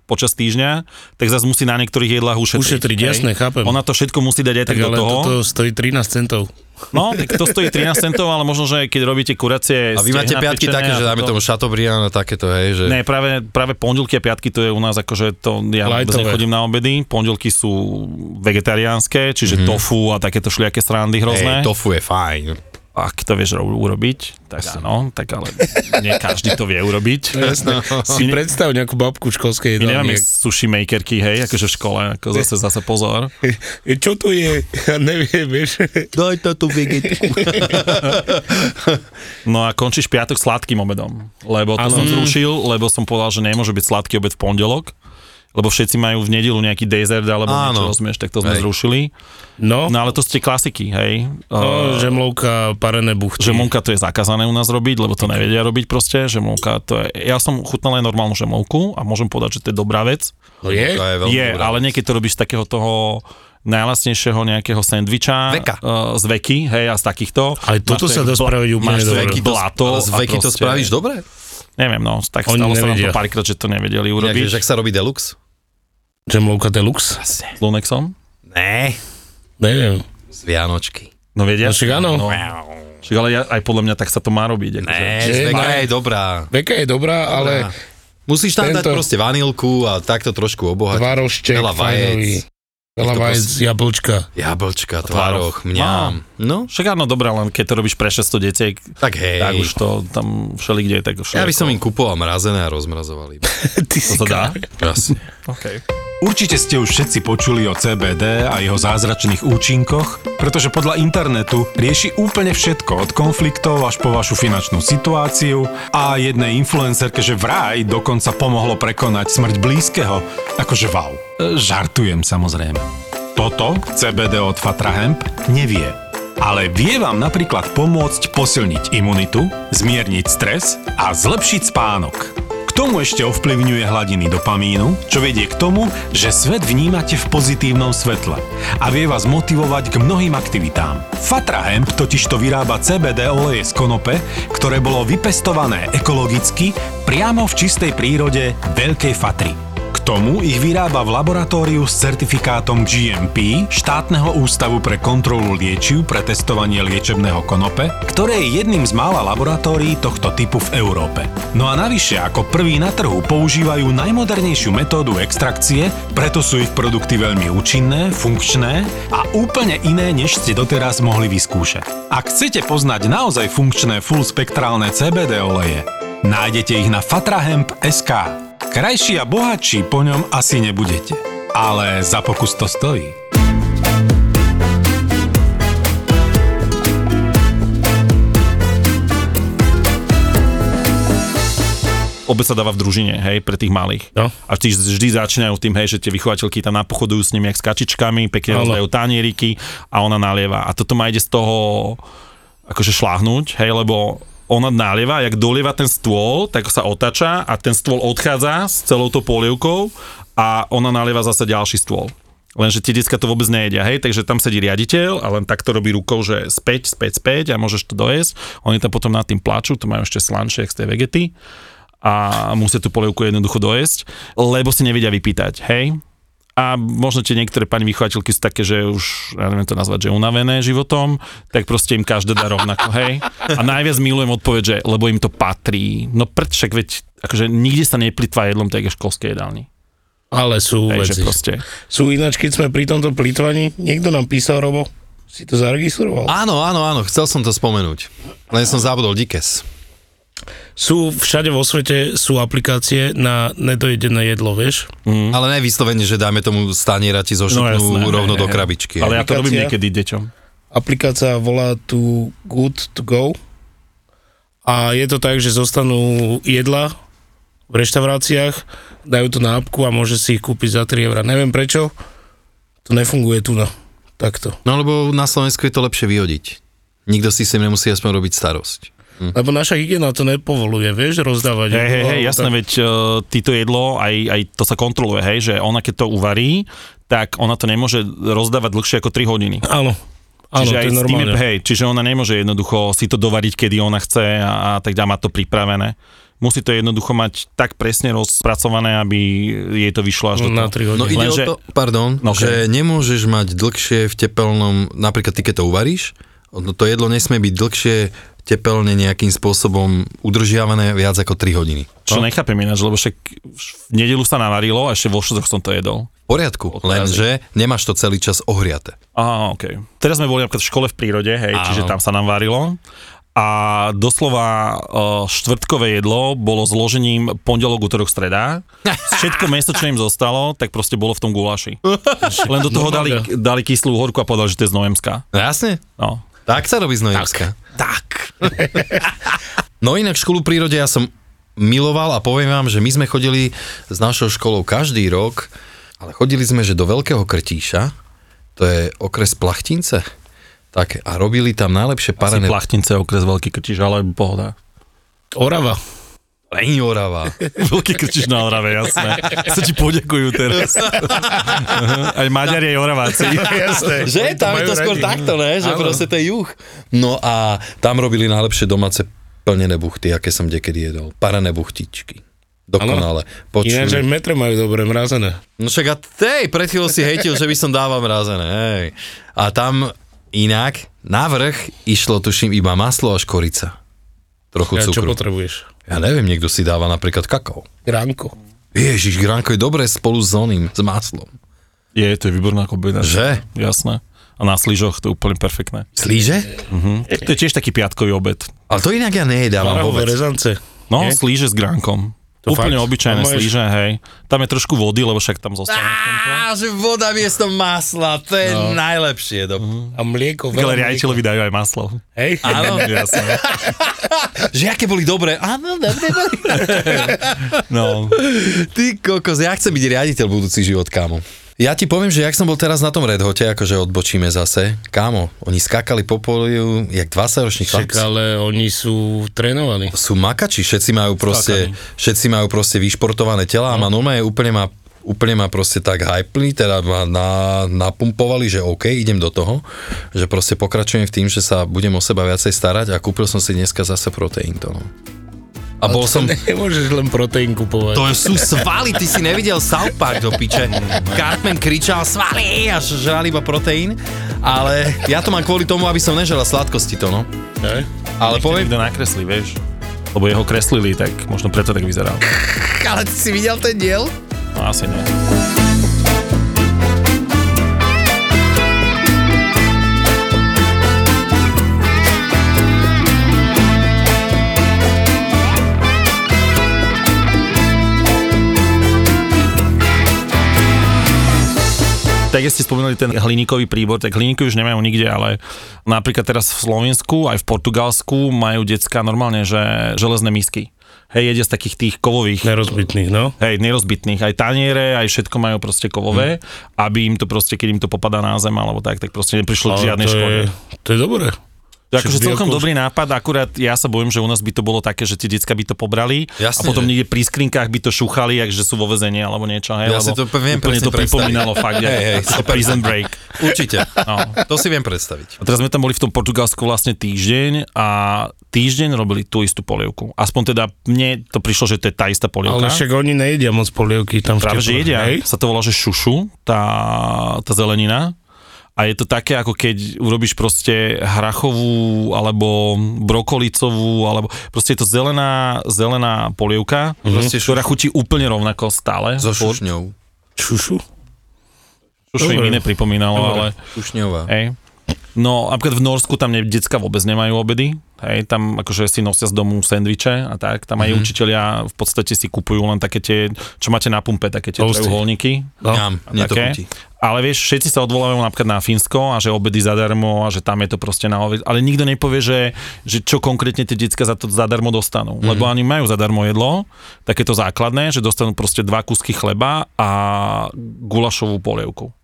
[SPEAKER 5] počas týždňa, tak zase musí na niektorých jedlách ušetriť.
[SPEAKER 4] Ušetriť,
[SPEAKER 5] hej?
[SPEAKER 4] jasné, chápem.
[SPEAKER 5] Ona to všetko musí dať aj tak,
[SPEAKER 4] tak
[SPEAKER 5] do
[SPEAKER 4] ale
[SPEAKER 5] toho.
[SPEAKER 4] toto stojí 13 centov.
[SPEAKER 5] No, tak to stojí 13 centov, ale možno, že keď robíte kuracie
[SPEAKER 3] A vy máte
[SPEAKER 5] stehna
[SPEAKER 3] piatky
[SPEAKER 5] pečené
[SPEAKER 3] také,
[SPEAKER 5] a
[SPEAKER 3] že dáme
[SPEAKER 5] toto-
[SPEAKER 3] tomu Chateaubriand a takéto, hej, že...
[SPEAKER 5] Ne, práve, práve pondelky a piatky to je u nás akože to, ja vôbec
[SPEAKER 4] Lightové.
[SPEAKER 5] nechodím na obedy, pondelky sú vegetariánske, čiže
[SPEAKER 4] Mhm.
[SPEAKER 5] mm-hmm. tofu a takéto šliaké srandy
[SPEAKER 3] Hej,
[SPEAKER 5] hrozné.
[SPEAKER 3] tofu je fajn.
[SPEAKER 5] ak to vieš ro- urobiť, tak áno, tak ale nie každý to vie urobiť.
[SPEAKER 4] Jasné. Si predstav nejakú babku v školskej
[SPEAKER 5] My
[SPEAKER 4] jedálni.
[SPEAKER 5] nemáme
[SPEAKER 4] jak-
[SPEAKER 5] sushi makerky, hej, akože v škole, ako zase, zase pozor.
[SPEAKER 4] Čo to je? Ja neviem, vieš.
[SPEAKER 3] Daj to tu vegetku.
[SPEAKER 5] No a končíš piatok sladkým obedom, lebo to
[SPEAKER 4] Áno. Mm.
[SPEAKER 5] ano. som zrušil, lebo som povedal, že nemôže byť sladký obed v pondelok, lebo všetci majú v nedelu nejaký dezert alebo
[SPEAKER 3] Áno.
[SPEAKER 5] niečo, rozumieš, tak to
[SPEAKER 3] Hej.
[SPEAKER 5] sme zrušili.
[SPEAKER 4] No,
[SPEAKER 5] No ale to ste klasiky, hej.
[SPEAKER 4] no
[SPEAKER 5] Eh,
[SPEAKER 4] žemlovka, parené buchty.
[SPEAKER 5] Žemlovka to je zakázané u nás robiť, lebo to nevedia robiť proste. Žemlovka to je... Ja som chutnal aj normálnu žemlovku a môžem povedať, že to je dobrá vec.
[SPEAKER 4] To No je?
[SPEAKER 5] je, ale niekedy to robíš z takého toho najlasnejšieho nejakého sandviča.
[SPEAKER 3] Veka.
[SPEAKER 5] Uh, z veky, hej, a z takýchto.
[SPEAKER 4] Ale toto
[SPEAKER 5] Máš
[SPEAKER 4] sa
[SPEAKER 5] jak
[SPEAKER 4] dá
[SPEAKER 5] bla-
[SPEAKER 4] spraviť úplne
[SPEAKER 5] máš to
[SPEAKER 4] dobre.
[SPEAKER 5] jak blato.
[SPEAKER 3] ale z
[SPEAKER 5] a
[SPEAKER 3] veky to
[SPEAKER 5] proste-
[SPEAKER 3] spravíš dobre?
[SPEAKER 5] Neviem, no, tak
[SPEAKER 4] Oni
[SPEAKER 5] stalo sa nám to
[SPEAKER 4] nevedia.
[SPEAKER 5] párkrát, že to nevedeli
[SPEAKER 3] Inak,
[SPEAKER 5] urobiť
[SPEAKER 3] vieš, ak sa robí deluxe?
[SPEAKER 4] Žemlovka deluxe?
[SPEAKER 5] s Lunexom.
[SPEAKER 3] Ne.
[SPEAKER 4] Neviem.
[SPEAKER 3] Z Vianočky.
[SPEAKER 5] No vedia?
[SPEAKER 4] No však áno.
[SPEAKER 5] No, však ale ja, aj podľa mňa tak sa to má robiť. Akože.
[SPEAKER 3] Ne,
[SPEAKER 4] Že
[SPEAKER 3] z veka
[SPEAKER 4] ne.
[SPEAKER 3] je dobrá.
[SPEAKER 4] Veka je dobrá, ale
[SPEAKER 3] Musíš tam dať
[SPEAKER 4] Tento-
[SPEAKER 3] proste vanilku a takto trošku obohať.
[SPEAKER 4] tvarošček
[SPEAKER 3] Veľa vajec.
[SPEAKER 4] fajnový. Veľa
[SPEAKER 3] to
[SPEAKER 4] vajec, jablčka.
[SPEAKER 3] Jablčka,
[SPEAKER 5] tvároch.
[SPEAKER 3] tvároch, mňam. No,
[SPEAKER 5] Však áno, dobré, len keď to robíš pre 600 detiek,
[SPEAKER 3] tak hej.
[SPEAKER 5] tak už to tam všeli kde, tak všeli.
[SPEAKER 3] ja by som im kupoval mrazené a rozmrazoval iba.
[SPEAKER 4] Ty si
[SPEAKER 5] to dá.
[SPEAKER 3] Jasne.
[SPEAKER 5] Okay.
[SPEAKER 7] Určite ste už všetci počuli o CBD a jeho zázračných účinkoch, pretože podľa internetu rieši úplne všetko od konfliktov až po vašu finančnú situáciu a jednej influencerke, že vraj dokonca pomohlo prekonať smrť blízkeho. Akože wow. E, Žartujem samozrejme. Toto CBD od Fatrahemp nevie. Ale vie vám napríklad pomôcť posilniť imunitu, zmierniť stres a zlepšiť spánok. K tomu ešte ovplyvňuje hladiny dopamínu, čo vedie k tomu, že svet vnímate v pozitívnom svetle a vie vás motivovať k mnohým aktivitám. Fatra Hemp totižto vyrába CBD oleje z konope, ktoré bolo vypestované ekologicky priamo v čistej prírode Veľkej Fatry. K tomu ich vyrába v laboratóriu s certifikátom GMP, štátneho ústavu pre kontrolu liečiv pre testovanie liečebného konope, ktoré je jedným z mála laboratórií tohto typu v Európe. No a navyše, ako prvý na trhu používajú najmodernejšiu metódu extrakcie, preto sú ich produkty veľmi účinné, funkčné a úplne iné, než ste doteraz mohli vyskúšať. Ak chcete poznať naozaj funkčné full-spektrálne CBD oleje, nájdete ich na fatrahemp.sk. Krajší a bohatší po ňom asi nebudete, ale za pokus to stojí.
[SPEAKER 5] obec sa dáva v družine, hej, pre tých malých.
[SPEAKER 4] No.
[SPEAKER 5] A tí vždy začínajú tým, hej, že tie vychovateľky tam napochodujú s nimi jak s kačičkami, pekne
[SPEAKER 4] Áno.
[SPEAKER 5] rozdajú tanieriky a ona nalieva. A toto ma ide z toho akože šláhnuť, hej, lebo ona nalieva, jak dolieva ten stôl, tak sa otača a ten stôl odchádza s celou tou polievkou a ona nalieva zase ďalší stôl. Lenže tie decka to vôbec nejedia, hej, takže tam sedí riaditeľ a len takto robí rukou, že späť, späť, späť a môžeš to dojesť. Oni tam potom nad tým plačú, to majú ešte slanšie, jak z tej vegety a musia tú polievku jednoducho dojesť, lebo si nevedia vypýtať, hej? A možno tie niektoré pani vychovateľky sú také, že už, ja neviem to nazvať, že unavené životom, tak proste im každé dá rovnako, hej? A najviac milujem odpoveď, že lebo im to patrí. No prd, však veď, akože nikde sa neplitvá jedlom tak, ako v školskej jedálni.
[SPEAKER 4] Ale sú
[SPEAKER 5] Hej, že
[SPEAKER 4] veci.
[SPEAKER 5] proste.
[SPEAKER 4] Sú ináč, keď sme pri tomto plýtvaní, niekto nám písal, Robo, si to zaregistroval?
[SPEAKER 3] Áno, áno, áno, chcel som to spomenúť. Len som zabudol dikes.
[SPEAKER 4] Sú všade vo svete sú aplikácie na nedojedené jedlo, vieš?
[SPEAKER 3] Mm. Ale ne vyslovene, že dáme tomu staniera ti zošupnú no,
[SPEAKER 5] Hm? jasné,
[SPEAKER 3] rovno
[SPEAKER 5] hej,
[SPEAKER 3] do
[SPEAKER 5] hej.
[SPEAKER 3] krabičky.
[SPEAKER 5] Ale ja to robím
[SPEAKER 4] Aplikácia?
[SPEAKER 5] niekedy deťom.
[SPEAKER 4] Aplikácia volá tu Good to Go a je to tak, že zostanú jedla v reštauráciách, dajú to na apku a môže si ich kúpiť za 3 eurá. Neviem prečo, to nefunguje tu na takto.
[SPEAKER 3] No lebo na Slovensku je to lepšie vyhodiť. Nikto si sem nemusí aspoň robiť starosť.
[SPEAKER 4] Lebo naša hygiena to nepovoluje, vieš, rozdávať.
[SPEAKER 5] Hm. Hej, hej,
[SPEAKER 4] jedlo,
[SPEAKER 5] hej,
[SPEAKER 4] alebo
[SPEAKER 5] jasné,
[SPEAKER 4] No, tak.
[SPEAKER 5] veď uh, týto jedlo, aj, aj to sa kontroluje, hej, že ona keď to uvarí, tak ona to nemôže rozdávať dlhšie ako 3 hodiny.
[SPEAKER 4] Áno, áno,
[SPEAKER 5] Čiže
[SPEAKER 4] to
[SPEAKER 5] aj
[SPEAKER 4] je
[SPEAKER 5] s tým
[SPEAKER 4] normálne.
[SPEAKER 5] je, hej, čiže ona nemôže jednoducho si to dovariť, kedy ona chce a, a tak ďalej, má to pripravené. Musí to jednoducho mať tak presne rozpracované, aby jej to vyšlo až do
[SPEAKER 4] na
[SPEAKER 5] toho.
[SPEAKER 4] 3
[SPEAKER 3] No
[SPEAKER 4] hodiny.
[SPEAKER 5] i-
[SPEAKER 3] ide
[SPEAKER 5] Lenže-
[SPEAKER 3] o to, pardon, no,
[SPEAKER 5] No, ok.
[SPEAKER 3] že nemôžeš mať dlhšie v tepelnom, napríklad ty keď to uvaríš, no to jedlo nesmie byť dlhšie tepelne nejakým spôsobom udržiavané viac ako 3 hodiny.
[SPEAKER 5] Čo
[SPEAKER 4] No.
[SPEAKER 5] nechápem ináč, lebo však v nedelu sa navarilo a ešte vo štvrtok som to jedol.
[SPEAKER 3] V poriadku,
[SPEAKER 5] Odrazí.
[SPEAKER 3] lenže nemáš to celý čas ohriate.
[SPEAKER 5] Á, OK. Teraz sme boli napríklad v škole v prírode, hej,
[SPEAKER 3] Áno.
[SPEAKER 5] čiže tam sa nám varilo. A doslova e, štvrtkové jedlo bolo zložením pondelok, útorok, streda. Všetko meso, čo im zostalo, tak proste bolo v tom guláši. Len do toho dali, dali kyslú horku a povedali, že to je z Nojemska.
[SPEAKER 3] No jasne,
[SPEAKER 5] No.
[SPEAKER 3] tak sa robí z Nojemska.
[SPEAKER 5] Tak.
[SPEAKER 3] No inak školu prírode ja som miloval a poviem vám, že my sme chodili s našou školou každý rok, ale chodili sme, že do Veľkého Krtíša, to je okres Plachtince, tak a robili tam najlepšie
[SPEAKER 5] Asi
[SPEAKER 3] parené...
[SPEAKER 5] Plachtince je okres Veľký Krčiš, ale pohoda.
[SPEAKER 4] Orava.
[SPEAKER 3] Plachtince. Orava.
[SPEAKER 5] Veľký Krčiš na Orave, jasné. Sa ti poďakujú teraz. Aha, Aj Maďari, aj Oraváci.
[SPEAKER 4] Jasné.
[SPEAKER 3] Že?
[SPEAKER 4] oni
[SPEAKER 3] Tam je
[SPEAKER 4] majú
[SPEAKER 3] to skôr
[SPEAKER 4] radi.
[SPEAKER 3] takto, ne? Že
[SPEAKER 4] Áno.
[SPEAKER 3] proste to je juh. No a tam robili najlepšie domáce plnené buchty, aké som dekedy jedol. Parané buchtičky. Dokonale.
[SPEAKER 4] Ináč aj
[SPEAKER 3] Počuj.
[SPEAKER 4] metre majú dobre mrazené.
[SPEAKER 3] No však a tej, pred chvíľou si hejtil, že by som dával mrazené. Hej. A tam inak na vrch išlo tuším iba maslo a škorica. Trochu
[SPEAKER 4] Ja, čo
[SPEAKER 3] cukru.
[SPEAKER 4] potrebuješ?
[SPEAKER 3] Ja neviem, niekto si dáva napríklad kakao.
[SPEAKER 4] Gránko.
[SPEAKER 3] Ježiš, gránko je dobré spolu s oným, s maslom.
[SPEAKER 5] Je, to je výborná kombinácia.
[SPEAKER 3] Že?
[SPEAKER 5] Jasné. A na slížoch to je úplne perfektné.
[SPEAKER 3] Slíže?
[SPEAKER 5] To je tiež taký piatkový obed.
[SPEAKER 3] Ale to inak ja nejedávam
[SPEAKER 4] Orahové
[SPEAKER 3] vôbec.
[SPEAKER 4] rezance.
[SPEAKER 5] No,
[SPEAKER 4] Je?
[SPEAKER 5] slíže s gránkom.
[SPEAKER 4] To
[SPEAKER 5] úplne
[SPEAKER 4] fakt.
[SPEAKER 5] obyčajné
[SPEAKER 4] A môžeš-
[SPEAKER 5] slíže, hej. Tam je trošku vody, lebo však
[SPEAKER 3] Ah!
[SPEAKER 5] tam zostane.
[SPEAKER 3] Á, že voda miesto masla, to je no. najlepšie. Do...
[SPEAKER 4] A mlieko. veľa
[SPEAKER 5] Ale
[SPEAKER 4] mlieka.
[SPEAKER 5] riaditeľovi dajú aj maslo.
[SPEAKER 4] Hej?
[SPEAKER 3] Áno,
[SPEAKER 5] Jasné.
[SPEAKER 3] že aké boli dobré. Áno, dobre boli.
[SPEAKER 5] No.
[SPEAKER 3] Ty kokos, ja chcem byť riaditeľ budúci život, kámo. Ja ti poviem, že jak som bol teraz na tom Red Hote, akože odbočíme zase, kámo, oni skákali po poliu, jak 20-roční
[SPEAKER 4] Však,
[SPEAKER 3] chlapci.
[SPEAKER 4] ale oni sú trénovaní.
[SPEAKER 3] Sú makači, všetci majú proste, všetci majú proste vyšportované tela
[SPEAKER 4] No.
[SPEAKER 3] a ma normálne úplne ma úplne ma proste tak hypli, teda ma na, napumpovali, že OK, idem do toho, že proste pokračujem v tým, že sa budem o seba viacej starať a kúpil som si dneska zase proteín to. No. A bol som...
[SPEAKER 4] Nemôžeš len proteín kupovať.
[SPEAKER 3] To sú svaly, ty si nevidel South Park do piče. Cartman kričal svaly, až žral iba proteín. Ale ja to mám kvôli tomu, aby som nežral sladkosti to, no.
[SPEAKER 4] Hej.
[SPEAKER 3] Ale poviem,
[SPEAKER 5] Niekto nakreslí, vieš. Lebo jeho kreslili, tak možno preto tak vyzeral.
[SPEAKER 3] ale ty si videl ten diel?
[SPEAKER 5] No asi nie. Tak keď ste spomínali ten hliníkový príbor, tak hliníky už nemajú nikde, ale napríklad teraz v Slovensku, aj v Portugalsku majú decka normálne, že železné misky. Hej, jedia z takých tých kovových.
[SPEAKER 4] Nerozbitných, no.
[SPEAKER 5] Hej, nerozbitných, aj taniere, aj všetko majú proste
[SPEAKER 3] Mm.
[SPEAKER 5] kovové, aby im to proste, keď im to popadá na zem alebo tak, tak proste neprišlo k
[SPEAKER 4] Ale
[SPEAKER 5] žiadnej
[SPEAKER 4] to
[SPEAKER 5] škode.
[SPEAKER 4] je, to je dobré.
[SPEAKER 5] To je akože
[SPEAKER 4] Však
[SPEAKER 5] celkom
[SPEAKER 4] bielko-
[SPEAKER 5] dobrý nápad, akurát ja sa bojím, že u nás by to bolo také, že tie decka by to pobrali
[SPEAKER 3] Jasne,
[SPEAKER 5] a potom
[SPEAKER 3] že-
[SPEAKER 5] niekde pri skrinkách by to šuchali, ak že sú vo vezení alebo niečo. Hej,
[SPEAKER 3] Ja si
[SPEAKER 5] lebo
[SPEAKER 3] to viem
[SPEAKER 5] úplne
[SPEAKER 3] presne
[SPEAKER 5] to
[SPEAKER 3] predstaviť.
[SPEAKER 5] pripomínalo fakt,
[SPEAKER 3] Hej, hej,
[SPEAKER 5] hey, hey,
[SPEAKER 3] super.
[SPEAKER 5] prison break.
[SPEAKER 3] Určite.
[SPEAKER 5] No.
[SPEAKER 3] To si viem predstaviť.
[SPEAKER 5] A teraz sme tam boli v tom Portugalsku vlastne týždeň a týždeň robili tú istú polievku. Aspoň teda mne to prišlo, že to je tá istá polievka.
[SPEAKER 4] Ale však oni nejedia moc polievky tam
[SPEAKER 5] Práve,
[SPEAKER 4] v
[SPEAKER 5] že
[SPEAKER 4] teplách,
[SPEAKER 5] jedia.
[SPEAKER 4] hej?
[SPEAKER 5] Sa to volá, že šušu, tá, tá zelenina. A je to také, ako keď urobíš proste hrachovú, alebo brokolicovú, alebo proste je to zelená, zelená polievka,
[SPEAKER 4] Mhm.
[SPEAKER 3] Proste
[SPEAKER 5] ktorá chutí úplne rovnako stále.
[SPEAKER 3] So
[SPEAKER 5] Furt.
[SPEAKER 3] šušňou.
[SPEAKER 4] Šušu?
[SPEAKER 5] Šušu im
[SPEAKER 4] Dobre.
[SPEAKER 5] iné pripomínalo, ale...
[SPEAKER 3] Šušňová.
[SPEAKER 5] Hej. No, napríklad v Norsku tam ne, decka vôbec nemajú obedy, hej, tam akože si nosia z domu sendviče a tak, tam aj
[SPEAKER 4] Mhm.
[SPEAKER 5] mm-hmm. učiteľia v podstate si kupujú len také tie, čo máte na pumpe, také tie
[SPEAKER 4] Toasty.
[SPEAKER 5] trojuholníky,
[SPEAKER 4] No.
[SPEAKER 3] Ňam, mne to
[SPEAKER 5] také.
[SPEAKER 3] chutí.
[SPEAKER 5] Ale vieš, všetci sa odvolávajú napríklad na Fínsko a že obedy zadarmo a že tam je to proste na obed. Ale nikto nepovie, že, že čo konkrétne tie decka za to zadarmo dostanú.
[SPEAKER 3] Mhm.
[SPEAKER 5] Mm-hmm. Lebo oni majú zadarmo jedlo, takéto základné, že dostanú proste dva kusky chleba a gulašovú polievku.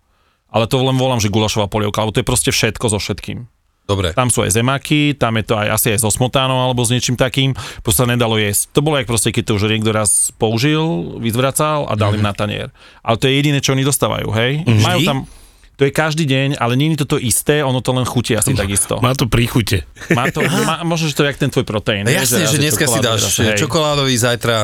[SPEAKER 5] Ale to len volám, že gulašová polievka, lebo to je proste všetko so všetkým.
[SPEAKER 3] Dobre.
[SPEAKER 5] Tam sú aj zemaky, tam je to aj asi aj so smotánom alebo s niečím takým, proste sa nedalo jesť. To bolo jak proste, keď to už niekto raz použil, vyzvracal a dal im na tanier. Ale to je jediné, čo oni dostávajú, hej?
[SPEAKER 3] Mhm. Vždy?
[SPEAKER 5] Majú tam, to je každý deň, ale nie je to to isté, ono to len chutí asi takisto.
[SPEAKER 4] Má to príchute.
[SPEAKER 5] Má to, má, možno, že to je jak ten tvoj proteín.
[SPEAKER 3] No
[SPEAKER 5] hej,
[SPEAKER 3] jasne,
[SPEAKER 5] raz
[SPEAKER 3] že
[SPEAKER 5] je
[SPEAKER 3] dneska si
[SPEAKER 5] čokoláda,
[SPEAKER 3] dáš
[SPEAKER 5] raz- hej.
[SPEAKER 3] čokoládový, zajtra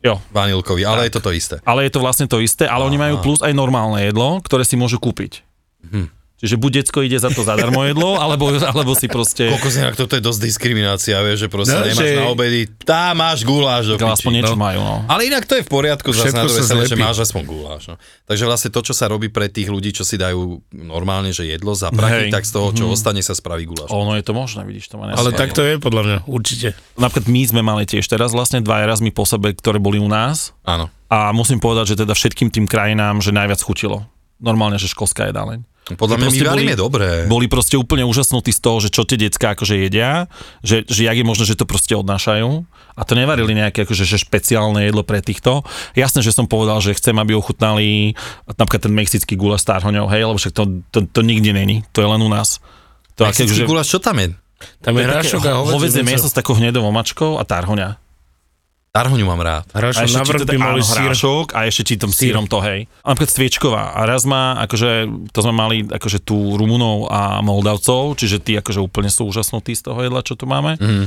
[SPEAKER 5] Jo,
[SPEAKER 3] vanilkový, ale je to to isté.
[SPEAKER 5] ale je to vlastne to isté, ale oni majú plus aj normálne jedlo, ktoré si môžu kúpiť.
[SPEAKER 3] Mhm.
[SPEAKER 5] Čiže buď decko ide za to zadarmo jedlo, alebo, alebo si proste...
[SPEAKER 3] Kokos, inak toto je dosť diskriminácia, vieš, že proste
[SPEAKER 4] No,
[SPEAKER 3] nemáš
[SPEAKER 4] že-
[SPEAKER 3] na obedy, tá máš guláš do
[SPEAKER 5] Ale aspoň
[SPEAKER 3] piči.
[SPEAKER 5] niečo majú, no.
[SPEAKER 3] Ale inak to je v poriadku, zase na
[SPEAKER 4] Všetko
[SPEAKER 3] druhej
[SPEAKER 4] sa
[SPEAKER 3] strane, že
[SPEAKER 4] zlepí.
[SPEAKER 3] máš aspoň guláš. No. Takže vlastne to, čo sa robí pre tých ľudí, čo si dajú normálne, že jedlo za prachy,
[SPEAKER 5] Hej.
[SPEAKER 3] tak z toho, čo ostane, sa spraví guláš.
[SPEAKER 5] Ono je to možné, vidíš to. ma
[SPEAKER 4] Ale
[SPEAKER 5] nesmie.
[SPEAKER 4] tak to je podľa mňa, určite.
[SPEAKER 5] Napríklad my sme mali tiež teraz vlastne dva Erasmy po sebe, ktoré boli u nás
[SPEAKER 3] Áno.
[SPEAKER 5] a musím povedať, že teda všetkým tým krajinám, že najviac chutilo. Normálne, že školská jedáleň.
[SPEAKER 3] Podľa mňa my
[SPEAKER 5] proste
[SPEAKER 3] varíme
[SPEAKER 5] boli-
[SPEAKER 3] dobre.
[SPEAKER 5] Boli proste úplne úžasnutí z toho, že čo tie decka akože jedia, že, že jak je možné, že to proste odnášajú. A to nevarili nejaké akože, že špeciálne jedlo pre týchto. Jasné, že som povedal, že chcem, aby ochutnali napríklad ten mexický gulaš s tárhoňou, hej, lebo však to, to, to nikde není, to je len u nás. To aké,
[SPEAKER 3] Mexický
[SPEAKER 5] že-
[SPEAKER 3] guláš, čo tam je?
[SPEAKER 4] Tam je
[SPEAKER 5] to je také
[SPEAKER 4] hrášok a
[SPEAKER 5] hovedzie
[SPEAKER 4] hovedzie
[SPEAKER 5] meso s takou hnedou mačkou a tárhoňa.
[SPEAKER 3] Tarhuňu mám rád.
[SPEAKER 4] Hrášok na vrch by mali sír.
[SPEAKER 5] hrášok a ešte či tam sírom to, hej. A napríklad sviečková. A raz má, akože, to sme mali akože tu Rumunov a Moldavcov, čiže tí akože úplne sú úžasnutí z toho jedla, čo tu máme.
[SPEAKER 4] Mhm.
[SPEAKER 5] Mm.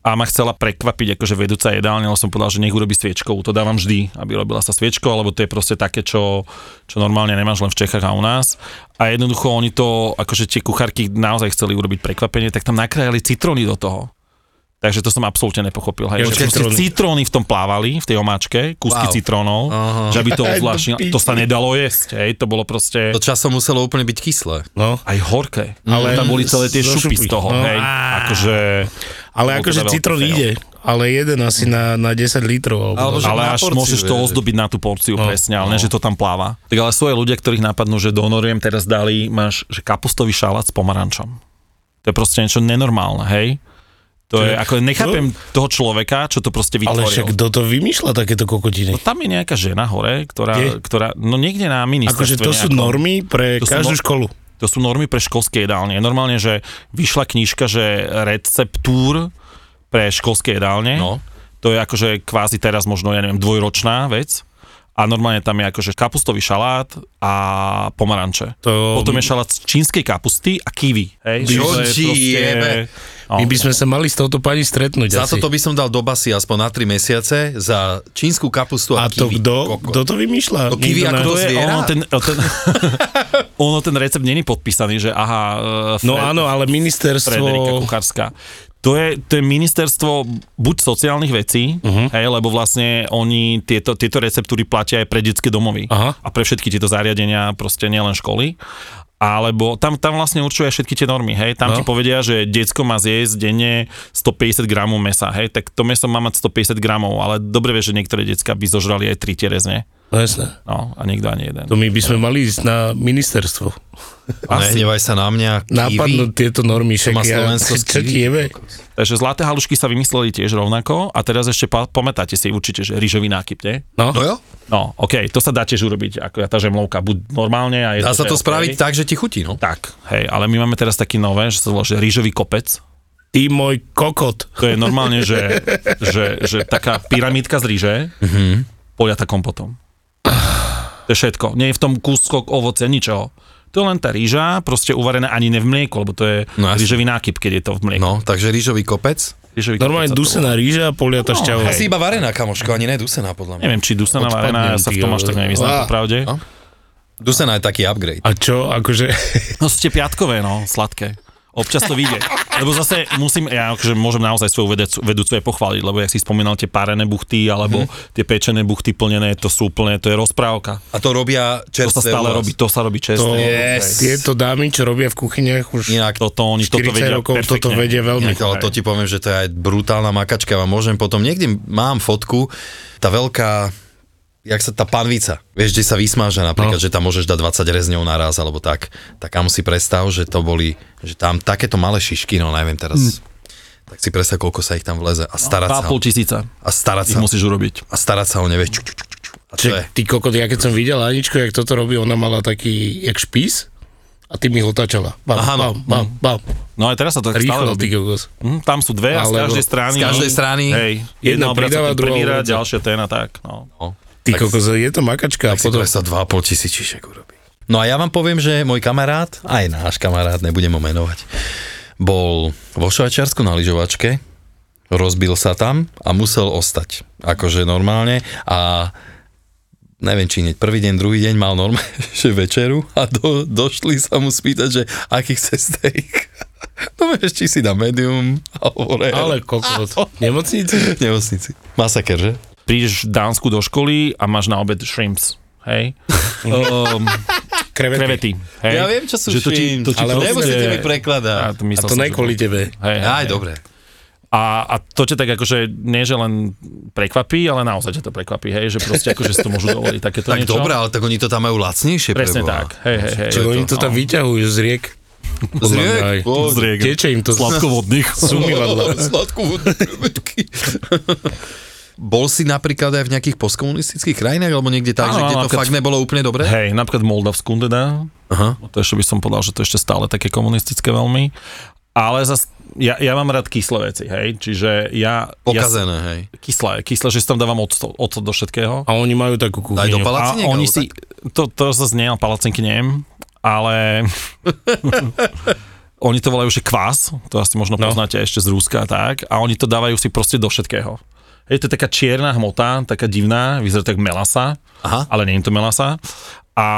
[SPEAKER 5] A ma chcela prekvapiť akože vedúca jedálne, ale som povedal, že nech urobí sviečkovú. To dávam vždy, aby robila sa sviečkou, lebo to je proste také, čo, čo normálne nemáš len v Čechách a u nás. A jednoducho oni to, akože tie kuchárky naozaj chceli urobiť prekvapenie, tak tam nakrájali citróny do toho. Takže to som absolútne nepochopil.
[SPEAKER 4] Ja,
[SPEAKER 5] Hej,
[SPEAKER 4] citróny.
[SPEAKER 5] že proste citróny v tom plávali, v tej omáčke, kúsky
[SPEAKER 3] Wow.
[SPEAKER 5] wow. citrónov,
[SPEAKER 3] Aha.
[SPEAKER 5] že aby to
[SPEAKER 4] Aj do
[SPEAKER 5] ovlášnilo.
[SPEAKER 4] piči.
[SPEAKER 5] To sa nedalo jesť, hej, to bolo proste
[SPEAKER 3] To časom muselo úplne byť kyslé.
[SPEAKER 4] No,
[SPEAKER 5] aj horké.
[SPEAKER 4] Ale
[SPEAKER 5] Ale tam boli celé tie
[SPEAKER 4] zo
[SPEAKER 5] šupy
[SPEAKER 4] šupy.
[SPEAKER 5] z toho,
[SPEAKER 4] No.
[SPEAKER 5] hej. Akože,
[SPEAKER 4] ale
[SPEAKER 5] Bol to
[SPEAKER 4] akože
[SPEAKER 5] veľký
[SPEAKER 4] citrón
[SPEAKER 5] fail.
[SPEAKER 4] ide, ale jeden asi na, na 10 litrov.
[SPEAKER 3] Alebo
[SPEAKER 4] Alebo...
[SPEAKER 3] že
[SPEAKER 5] ale
[SPEAKER 3] na
[SPEAKER 5] až
[SPEAKER 3] porciu,
[SPEAKER 5] môžeš to
[SPEAKER 3] vieš.
[SPEAKER 5] ozdobiť na tú porciu,
[SPEAKER 4] No.
[SPEAKER 5] presne, ale ne,
[SPEAKER 4] No.
[SPEAKER 5] že to tam pláva. Tak ale sú aj ľudia, ktorých napadnú, že donoriem teraz dali, máš, že kapustový šalát s pomarančom. To je proste niečo nenormálne, hej. To je, ako nechápem toho človeka, čo to proste
[SPEAKER 4] No. Ale
[SPEAKER 5] vytvoril.
[SPEAKER 4] však kto to vymýšľa takéto kokotiny?
[SPEAKER 5] No tam je nejaká žena hore, ktorá,
[SPEAKER 4] Kde?
[SPEAKER 5] ktorá no niekde na
[SPEAKER 4] Akože
[SPEAKER 5] ministerstve
[SPEAKER 4] to sú
[SPEAKER 5] nejakom.
[SPEAKER 4] normy pre
[SPEAKER 5] To sú
[SPEAKER 4] každú
[SPEAKER 5] no-
[SPEAKER 4] školu.
[SPEAKER 5] To sú normy pre školské jedálne. Normálne, že vyšla knižka, že receptúr pre školské jedálne.
[SPEAKER 3] No.
[SPEAKER 5] To je akože kvázi teraz možno, ja neviem, dvojročná vec. A a normálne tam je akože kapustový šalát a pomaranče.
[SPEAKER 4] To-
[SPEAKER 5] Potom je šalát z čínskej kapusty a kiwi. Hej,
[SPEAKER 3] Čo
[SPEAKER 5] to je
[SPEAKER 3] ti jebe?
[SPEAKER 5] no.
[SPEAKER 4] My by sme sa mali s touto pani stretnúť
[SPEAKER 3] Za
[SPEAKER 4] asi.
[SPEAKER 3] toto by som dal do basy aspoň na 3 mesiace za čínsku kapustu a,
[SPEAKER 4] A to
[SPEAKER 3] kiwi.
[SPEAKER 4] kto?
[SPEAKER 3] Kokot.
[SPEAKER 4] Kto to vymýšľa?
[SPEAKER 3] To kiwi
[SPEAKER 4] Nikto
[SPEAKER 3] ako
[SPEAKER 4] nás-
[SPEAKER 3] to
[SPEAKER 5] To je,
[SPEAKER 3] zviera?
[SPEAKER 5] ono, ten, ten, ono ten recept není podpísaný, že aha, e,
[SPEAKER 4] No
[SPEAKER 5] Fred-
[SPEAKER 4] áno, ale
[SPEAKER 5] Frederika
[SPEAKER 4] ministerstvo...
[SPEAKER 5] Kuchárska. To je, to je ministerstvo buď sociálnych vecí,
[SPEAKER 4] Mhm.
[SPEAKER 5] uh-huh. hej, lebo vlastne oni tieto, tieto receptúry platia aj pre detské domovy
[SPEAKER 4] Aha.
[SPEAKER 5] a pre všetky tieto zariadenia, proste nielen školy. Alebo tam, tam vlastne určuje všetky tie normy, hej. Tam no. ti povedia, že diecko má zjesť denne 150 gramov mesa, hej. Tak to meso má mať 150 gramov, ale dobre vieš, že niektoré decka by zožrali aj tri terezne.
[SPEAKER 4] No jasné.
[SPEAKER 5] No, a niekto ani jeden.
[SPEAKER 4] To my by sme mali ísť na ministerstvo.
[SPEAKER 3] Nehnevaj sa na mňa, kiwi.
[SPEAKER 4] Nápadnú tieto normy. však
[SPEAKER 3] má
[SPEAKER 4] ja-
[SPEAKER 3] Slovensko s
[SPEAKER 4] Čo
[SPEAKER 3] kiwi?
[SPEAKER 4] ti jebe?
[SPEAKER 5] Takže zlaté halušky sa vymysleli tiež rovnako a teraz ešte pa- pamätáte si určite, že rýžový nákyp, nie?
[SPEAKER 4] No,
[SPEAKER 3] No jo,
[SPEAKER 5] No, OK, to sa dá tiež urobiť, ako tá žemlovka, buď normálne a je
[SPEAKER 3] dá sa
[SPEAKER 5] že
[SPEAKER 3] to
[SPEAKER 5] OK.
[SPEAKER 3] spraviť tak, že ti chutí, no.
[SPEAKER 5] Tak, hej, ale my máme teraz taký nové, že sa volá, že rýžový kopec.
[SPEAKER 4] ty môj kokot.
[SPEAKER 5] To je normálne, že, že, že taká pyramídka z rýže, mm-hmm.
[SPEAKER 3] Mhm.
[SPEAKER 5] poliata kompotom. To je všetko. Nie je v tom kúskok ovoce, ničoho. To je len tá rýža, proste uvarená ani ne v mlieku, lebo to je
[SPEAKER 3] No
[SPEAKER 5] no,
[SPEAKER 3] jasne.
[SPEAKER 5] rýžový nákyp, keď je to v mlieku.
[SPEAKER 3] No, takže rýžový kopec.
[SPEAKER 5] Rýžový
[SPEAKER 4] Normálne
[SPEAKER 5] kopec sa to volá.
[SPEAKER 4] dusená rýža a poliata
[SPEAKER 5] No,
[SPEAKER 4] šťavou.
[SPEAKER 5] hej.
[SPEAKER 3] Asi iba varená, kamoško, ani nedusená, podľa mňa.
[SPEAKER 5] Neviem, či dusená
[SPEAKER 4] Odpadnem,
[SPEAKER 5] varená, ja sa v tom
[SPEAKER 4] ty
[SPEAKER 5] až tak
[SPEAKER 4] vole.
[SPEAKER 5] nevyznám,
[SPEAKER 4] Á.
[SPEAKER 5] popravde.
[SPEAKER 3] A? Dusená je taký upgrade.
[SPEAKER 4] A čo, akože...
[SPEAKER 5] No ste piatkové, no, sladké. Občas to vyjde. Lebo zase musím, ja akože môžem naozaj svoju vedec, vedúcu aj pochváliť, lebo jak si spomínal tie párené buchty, alebo
[SPEAKER 4] Mhm.
[SPEAKER 5] mm-hmm. tie pečené buchty plnené, to sú úplne, to je rozprávka.
[SPEAKER 3] A to robia
[SPEAKER 5] To sa
[SPEAKER 3] čerstvé.
[SPEAKER 5] stále
[SPEAKER 3] u vás.
[SPEAKER 5] robí, to sa robí
[SPEAKER 4] To,
[SPEAKER 5] čestne.
[SPEAKER 3] Yes.
[SPEAKER 4] Tieto dámy, čo robia v kuchyniach už
[SPEAKER 3] Inak
[SPEAKER 5] Toto oni, toto
[SPEAKER 4] 40
[SPEAKER 5] vedia
[SPEAKER 4] rokov,
[SPEAKER 5] perfektne.
[SPEAKER 4] toto vedia veľmi.
[SPEAKER 3] Inak, ale to ti poviem, že to je aj brutálna makačka. Vám môžem potom, niekde mám fotku, tá veľká, jak sa tá panvica, vieš, kde sa vysmáža napríklad, no. že tam môžeš dať 20 rezňov naraz, alebo tak. Tak kam si predstav, že to boli, že tam takéto malé šišky, no neviem teraz. Mm. Tak si predstav, koľko sa ich tam vleze a starať sa.
[SPEAKER 5] 2,5 tisíca
[SPEAKER 3] A starať
[SPEAKER 5] No, ich
[SPEAKER 3] sa.
[SPEAKER 5] musíš urobiť.
[SPEAKER 3] A starať sa o ne, vieš. Ču, ču, ču, ču, ču. A to je.
[SPEAKER 4] Čiže ty kokot, ja keď som videl Aničku, jak toto robí, ona mala taký, jak špís a ty mi ho otáčala. Bam,
[SPEAKER 3] Aha,
[SPEAKER 4] Aha,
[SPEAKER 3] no.
[SPEAKER 4] bam, bam, bam.
[SPEAKER 5] No aj teraz sa to tak
[SPEAKER 4] Rýchlo,
[SPEAKER 5] stále
[SPEAKER 4] ty
[SPEAKER 5] robí.
[SPEAKER 4] kokos.
[SPEAKER 5] Hm, tam sú dve a z
[SPEAKER 4] Alebo-
[SPEAKER 5] každej strany.
[SPEAKER 3] z každej
[SPEAKER 5] no,
[SPEAKER 3] strany
[SPEAKER 5] Hej,
[SPEAKER 4] jedna
[SPEAKER 5] jedna, obraca
[SPEAKER 4] pridáva,
[SPEAKER 5] ten
[SPEAKER 4] druhá
[SPEAKER 5] prvý rad,
[SPEAKER 4] obraca.
[SPEAKER 5] ďalšia ten a tak. No.
[SPEAKER 4] Ty
[SPEAKER 3] Tak-
[SPEAKER 4] kokos, je to makačka. A
[SPEAKER 3] Tak si
[SPEAKER 4] potom,
[SPEAKER 3] predstav 2,5 tisíčišek urobí. No a ja vám poviem, že môj kamarát, aj náš kamarát, nebudem ho menovať, bol vo Švajčiarsku na lyžovačke, rozbil sa tam a musel ostať. Akože normálne a neviem či hneď prvý deň, druhý deň mal normálne, že večeru a do, došli sa mu spýtať, že aký chce steak. No vieš, či si dá medium alebo rare.
[SPEAKER 4] ale kokot, nemocnici.
[SPEAKER 3] Nemocnici. Masaker, že?
[SPEAKER 5] Prídeš v Dánsku do školy a máš na obed shrimps. Hej. um,
[SPEAKER 4] Krevety.
[SPEAKER 5] krevety. Hej.
[SPEAKER 3] Ja viem, čo sú
[SPEAKER 5] Že to ti-
[SPEAKER 3] šrimps,
[SPEAKER 5] to ti
[SPEAKER 3] ale
[SPEAKER 5] proste-
[SPEAKER 3] nemusíte mi
[SPEAKER 5] A
[SPEAKER 3] prekladať.
[SPEAKER 5] to,
[SPEAKER 4] A
[SPEAKER 5] myslel
[SPEAKER 4] to
[SPEAKER 5] som,
[SPEAKER 4] ne
[SPEAKER 5] že-
[SPEAKER 4] kvôli tebe.
[SPEAKER 5] Hej, hej,
[SPEAKER 3] Aj,
[SPEAKER 5] hej.
[SPEAKER 3] dobre.
[SPEAKER 5] A, a to ťa tak akože, nie že len prekvapí, ale naozaj ťa to prekvapí, hej, že proste akože si to môžu dovoliť takéto
[SPEAKER 3] Tak
[SPEAKER 5] niečo.
[SPEAKER 3] dobre, ale tak oni to tam majú lacnejšie.
[SPEAKER 5] Presne
[SPEAKER 3] preboha.
[SPEAKER 5] tak, hej, hej, hej.
[SPEAKER 4] Čo oni to
[SPEAKER 5] no.
[SPEAKER 4] tam vyťahujú z riek.
[SPEAKER 3] Z
[SPEAKER 4] Podľa mňa aj.
[SPEAKER 3] riek?
[SPEAKER 5] Z riek.
[SPEAKER 4] Teče im to
[SPEAKER 5] Sladkovodných.
[SPEAKER 4] umývadla.
[SPEAKER 3] Sladkú vedky. Bol si napríklad aj v nejakých postkomunistických krajinách, alebo niekde tak,
[SPEAKER 5] Áno,
[SPEAKER 3] že kde
[SPEAKER 5] áno,
[SPEAKER 3] to
[SPEAKER 5] keď-
[SPEAKER 3] fakt nebolo úplne dobré?
[SPEAKER 5] Hej, napríklad v Moldavsku teda,
[SPEAKER 3] Aha.
[SPEAKER 5] to ešte by som povedal, že to ešte stále také komunistické veľmi, ale zas, ja, ja mám rád kyslé veci, hej, čiže ja... Ja,
[SPEAKER 3] Pokazené, hej.
[SPEAKER 5] kyslé, kyslé, že si tam dávam ocot, ocot do všetkého.
[SPEAKER 4] A oni majú takú
[SPEAKER 3] Aj do
[SPEAKER 4] kuchyňu.
[SPEAKER 5] A
[SPEAKER 3] palaciniek?
[SPEAKER 5] oni
[SPEAKER 3] alebo
[SPEAKER 5] si,
[SPEAKER 3] tak?
[SPEAKER 5] to, to zase nie, palacinky neviem, ale oni to volajú, že kvás, to asi možno no. poznáte ešte z Rúska a tak, a oni to dávajú si proste do všetkého. Je to je taká čierna hmota, taká divná, vyzerá tak melasa,
[SPEAKER 3] Aha.
[SPEAKER 5] ale nie je to melasa. A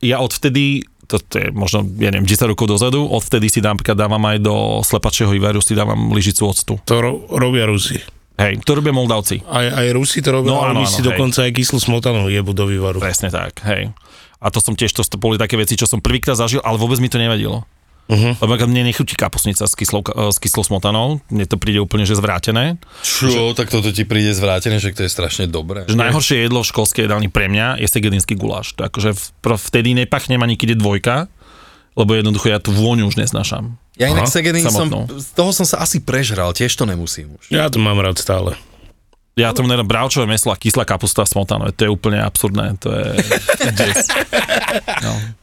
[SPEAKER 5] ja odvtedy, to, to je možno, ja neviem, 10 rokov dozadu, odvtedy si napríklad dávam aj do slepačieho iveru, si dávam lyžicu octu.
[SPEAKER 4] To ro- robia Rusi.
[SPEAKER 5] Hej, to robia Moldavci.
[SPEAKER 4] Aj, aj Rusi to robia,
[SPEAKER 5] No,
[SPEAKER 4] ale
[SPEAKER 5] áno,
[SPEAKER 4] oni si
[SPEAKER 5] áno, hej.
[SPEAKER 4] dokonca aj kyslú smotanu jebu do vývaru.
[SPEAKER 5] Presne tak, hej. A to som tiež, to, to boli také veci, čo som prvýkrát zažil, ale vôbec mi to nevadilo.
[SPEAKER 3] Mhm.
[SPEAKER 5] Uh-huh. Lebo napríklad mne nechutí kapusnica s kyslou, ka- s kyslou smotanou, mne to príde úplne, že zvrátené.
[SPEAKER 3] Čo, tak toto ti príde zvrátené, že to je strašne dobré.
[SPEAKER 5] Že najhoršie jedlo v školskej jedálni pre mňa je segedinský guláš. To akože v, pro, vtedy nepachnem ani keď je dvojka, lebo jednoducho ja tú vôňu už neznášam.
[SPEAKER 3] Ja inak
[SPEAKER 5] Aha,
[SPEAKER 3] Segedin som,
[SPEAKER 5] samotnou.
[SPEAKER 3] z toho som sa asi prežral, tiež to nemusím už.
[SPEAKER 4] Ja to mám rád stále.
[SPEAKER 5] Ja tomu nedám bravčové meslo a kyslá kapusta smotaná, to je úplne absurdné, to je...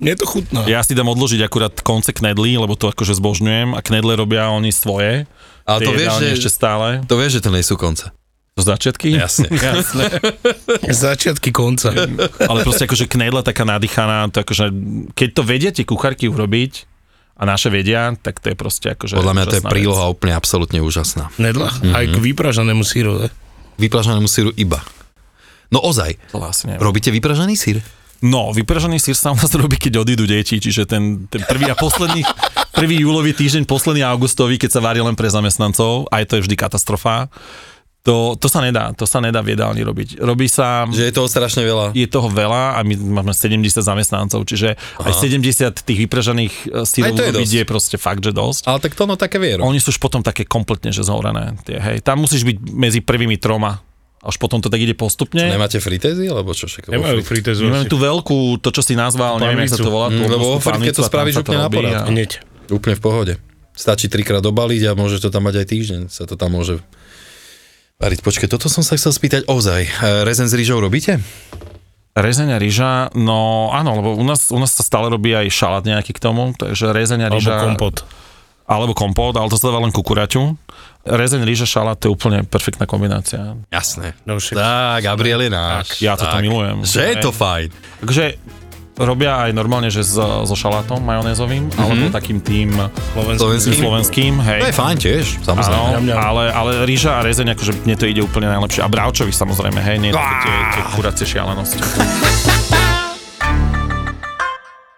[SPEAKER 4] Mne to chutná.
[SPEAKER 5] Ja si dám odložiť akurát konce knedlí, lebo to akože zbožňujem a knedle robia oni svoje.
[SPEAKER 3] Ale to
[SPEAKER 5] Tie
[SPEAKER 3] vieš,
[SPEAKER 5] jedálne
[SPEAKER 3] že,
[SPEAKER 5] ešte stále.
[SPEAKER 3] to vieš, že to nie sú konce.
[SPEAKER 5] Začiatky?
[SPEAKER 3] Jasne.
[SPEAKER 5] Jasné.
[SPEAKER 4] Začiatky konca.
[SPEAKER 5] Ale proste akože knedla taká nadýchaná, to akože, keď to vedia tie kuchárky urobiť, a naše vedia, tak to je proste akože...
[SPEAKER 3] Podľa mňa to je
[SPEAKER 5] úžasná vec.
[SPEAKER 3] príloha úplne absolútne úžasná.
[SPEAKER 4] Nedla. Aj k vypražanému síru, ne?
[SPEAKER 3] Vypražanému síru iba. No ozaj,
[SPEAKER 5] To vlastne neviem.
[SPEAKER 3] robíte vypražaný sír?
[SPEAKER 5] No, vypražený sír sa u nás robí, keď odídu deti, čiže ten, ten prvý a posledný, prvý júlový týždeň, posledný augustový, keď sa varí len pre zamestnancov, aj to je vždy katastrofa. To, to sa nedá, to sa nedá v jedálni robiť. Robí sa...
[SPEAKER 3] Že je toho strašne veľa.
[SPEAKER 5] je toho veľa a my máme 70 zamestnancov, čiže Aha. aj 70 tých
[SPEAKER 3] Aj
[SPEAKER 5] vypražených e, stylov
[SPEAKER 3] to je
[SPEAKER 5] urobiť
[SPEAKER 3] dosť.
[SPEAKER 5] je proste fakt, že dosť.
[SPEAKER 3] Ale tak to no také vie.
[SPEAKER 5] Oni sú už potom také kompletne, že zhorené. Tie, hej. Tam musíš byť medzi prvými troma. Až potom to tak ide postupne.
[SPEAKER 3] Nemáte fritézy, alebo čo všetko?
[SPEAKER 4] Nemajú fritezu.
[SPEAKER 5] Máme tú veľkú, to čo si nazval, neviem, jak sa to volá.
[SPEAKER 3] Mm,
[SPEAKER 5] tú
[SPEAKER 3] lebo vo
[SPEAKER 5] obrovskú
[SPEAKER 3] Afrike
[SPEAKER 5] pánvicu
[SPEAKER 3] to
[SPEAKER 5] a tam
[SPEAKER 3] spravíš
[SPEAKER 5] sa
[SPEAKER 3] úplne na
[SPEAKER 5] robí
[SPEAKER 3] porad.
[SPEAKER 5] a-
[SPEAKER 4] Hneď.
[SPEAKER 3] Úplne v pohode. Stačí trikrát obaliť a môže to tam mať aj týždeň. Sa to tam môže variť. Počkej, toto som sa chcel spýtať ozaj. E, Rezen s rýžou robíte?
[SPEAKER 5] Rezeň a ryža, no áno, lebo u nás, u nás sa stále robí aj šalát nejaký k tomu, takže rezeň a
[SPEAKER 4] Alebo
[SPEAKER 5] ryža...
[SPEAKER 4] kompot.
[SPEAKER 5] Alebo kompot, ale to sa dáva len kukuraťu. Rezeň, ryža, šalát, to je úplne perfektná kombinácia.
[SPEAKER 3] Jasné.
[SPEAKER 4] No však.
[SPEAKER 3] Tá, Gabriel je náš.
[SPEAKER 5] Tak, ja toto milujem.
[SPEAKER 3] Že je to fajn.
[SPEAKER 5] Takže robia aj normálne, že so, so šalátom majonézovým, mm-hmm. alebo takým tým
[SPEAKER 3] Slovenský.
[SPEAKER 5] slovenským, hej.
[SPEAKER 3] Mhm. To je fajn tiež,
[SPEAKER 5] Áno,
[SPEAKER 3] samozrejme.
[SPEAKER 5] ale, ale rýža a rezeň, akože mne to ide úplne najlepšie. A bravčovi samozrejme, hej, nie také tie, tie kuracie šialenosti.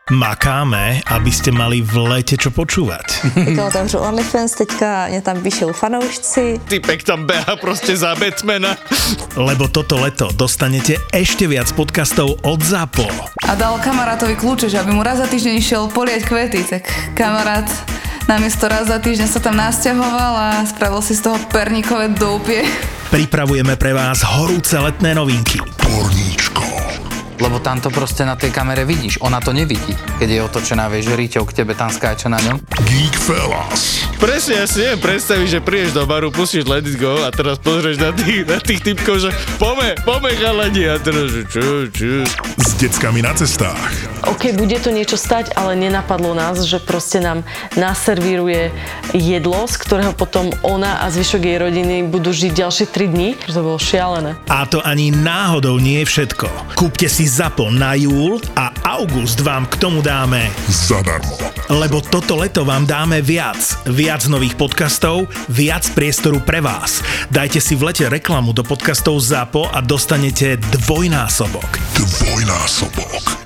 [SPEAKER 2] Makáme, aby ste mali v lete čo počúvať.
[SPEAKER 8] Teďka otevřu OnlyFans, teďka mě tam píšou fanoušci.
[SPEAKER 3] Typek tam beha proste za Batmana.
[SPEAKER 2] Lebo toto leto dostanete ešte viac podcastov od ZAPO.
[SPEAKER 9] a dal kamarátovi kľúče, že aby mu raz za týždeň išiel polieť kvety, tak kamarát namiesto raz za týždeň sa tam nasťahoval a spravil si z toho perníkové doupie.
[SPEAKER 2] Pripravujeme pre vás horúce letné novinky.
[SPEAKER 10] Lebo tam to proste na tej kamere vidíš, ona to nevidí. Keď je otočená, vieš, riťou k tebe tam skáča na ňom.
[SPEAKER 11] Presne, ja si neviem predstaviť, že prídeš do baru, pustíš Let It Go a teraz pozrieš na tých, na tých typkov, že pome, pome chalani a teraz, že čo, čo.
[SPEAKER 12] S deckami na cestách.
[SPEAKER 13] OK, bude to niečo stať, ale nenapadlo nás, že proste nám naservíruje jedlo, z ktorého potom ona a zvyšok jej rodiny budú žiť ďalšie 3 dní. To bolo šialené.
[SPEAKER 2] A to ani náhodou nie je všetko. Kúpte si ZAPO na júl a august vám k tomu dáme,
[SPEAKER 12] Zadarmo.
[SPEAKER 2] lebo toto leto vám dáme viac. Viac nových podcastov, viac priestoru pre vás. Dajte si v lete reklamu do podcastov ZAPO a dostanete dvojnásobok.
[SPEAKER 12] Dvojnásobok.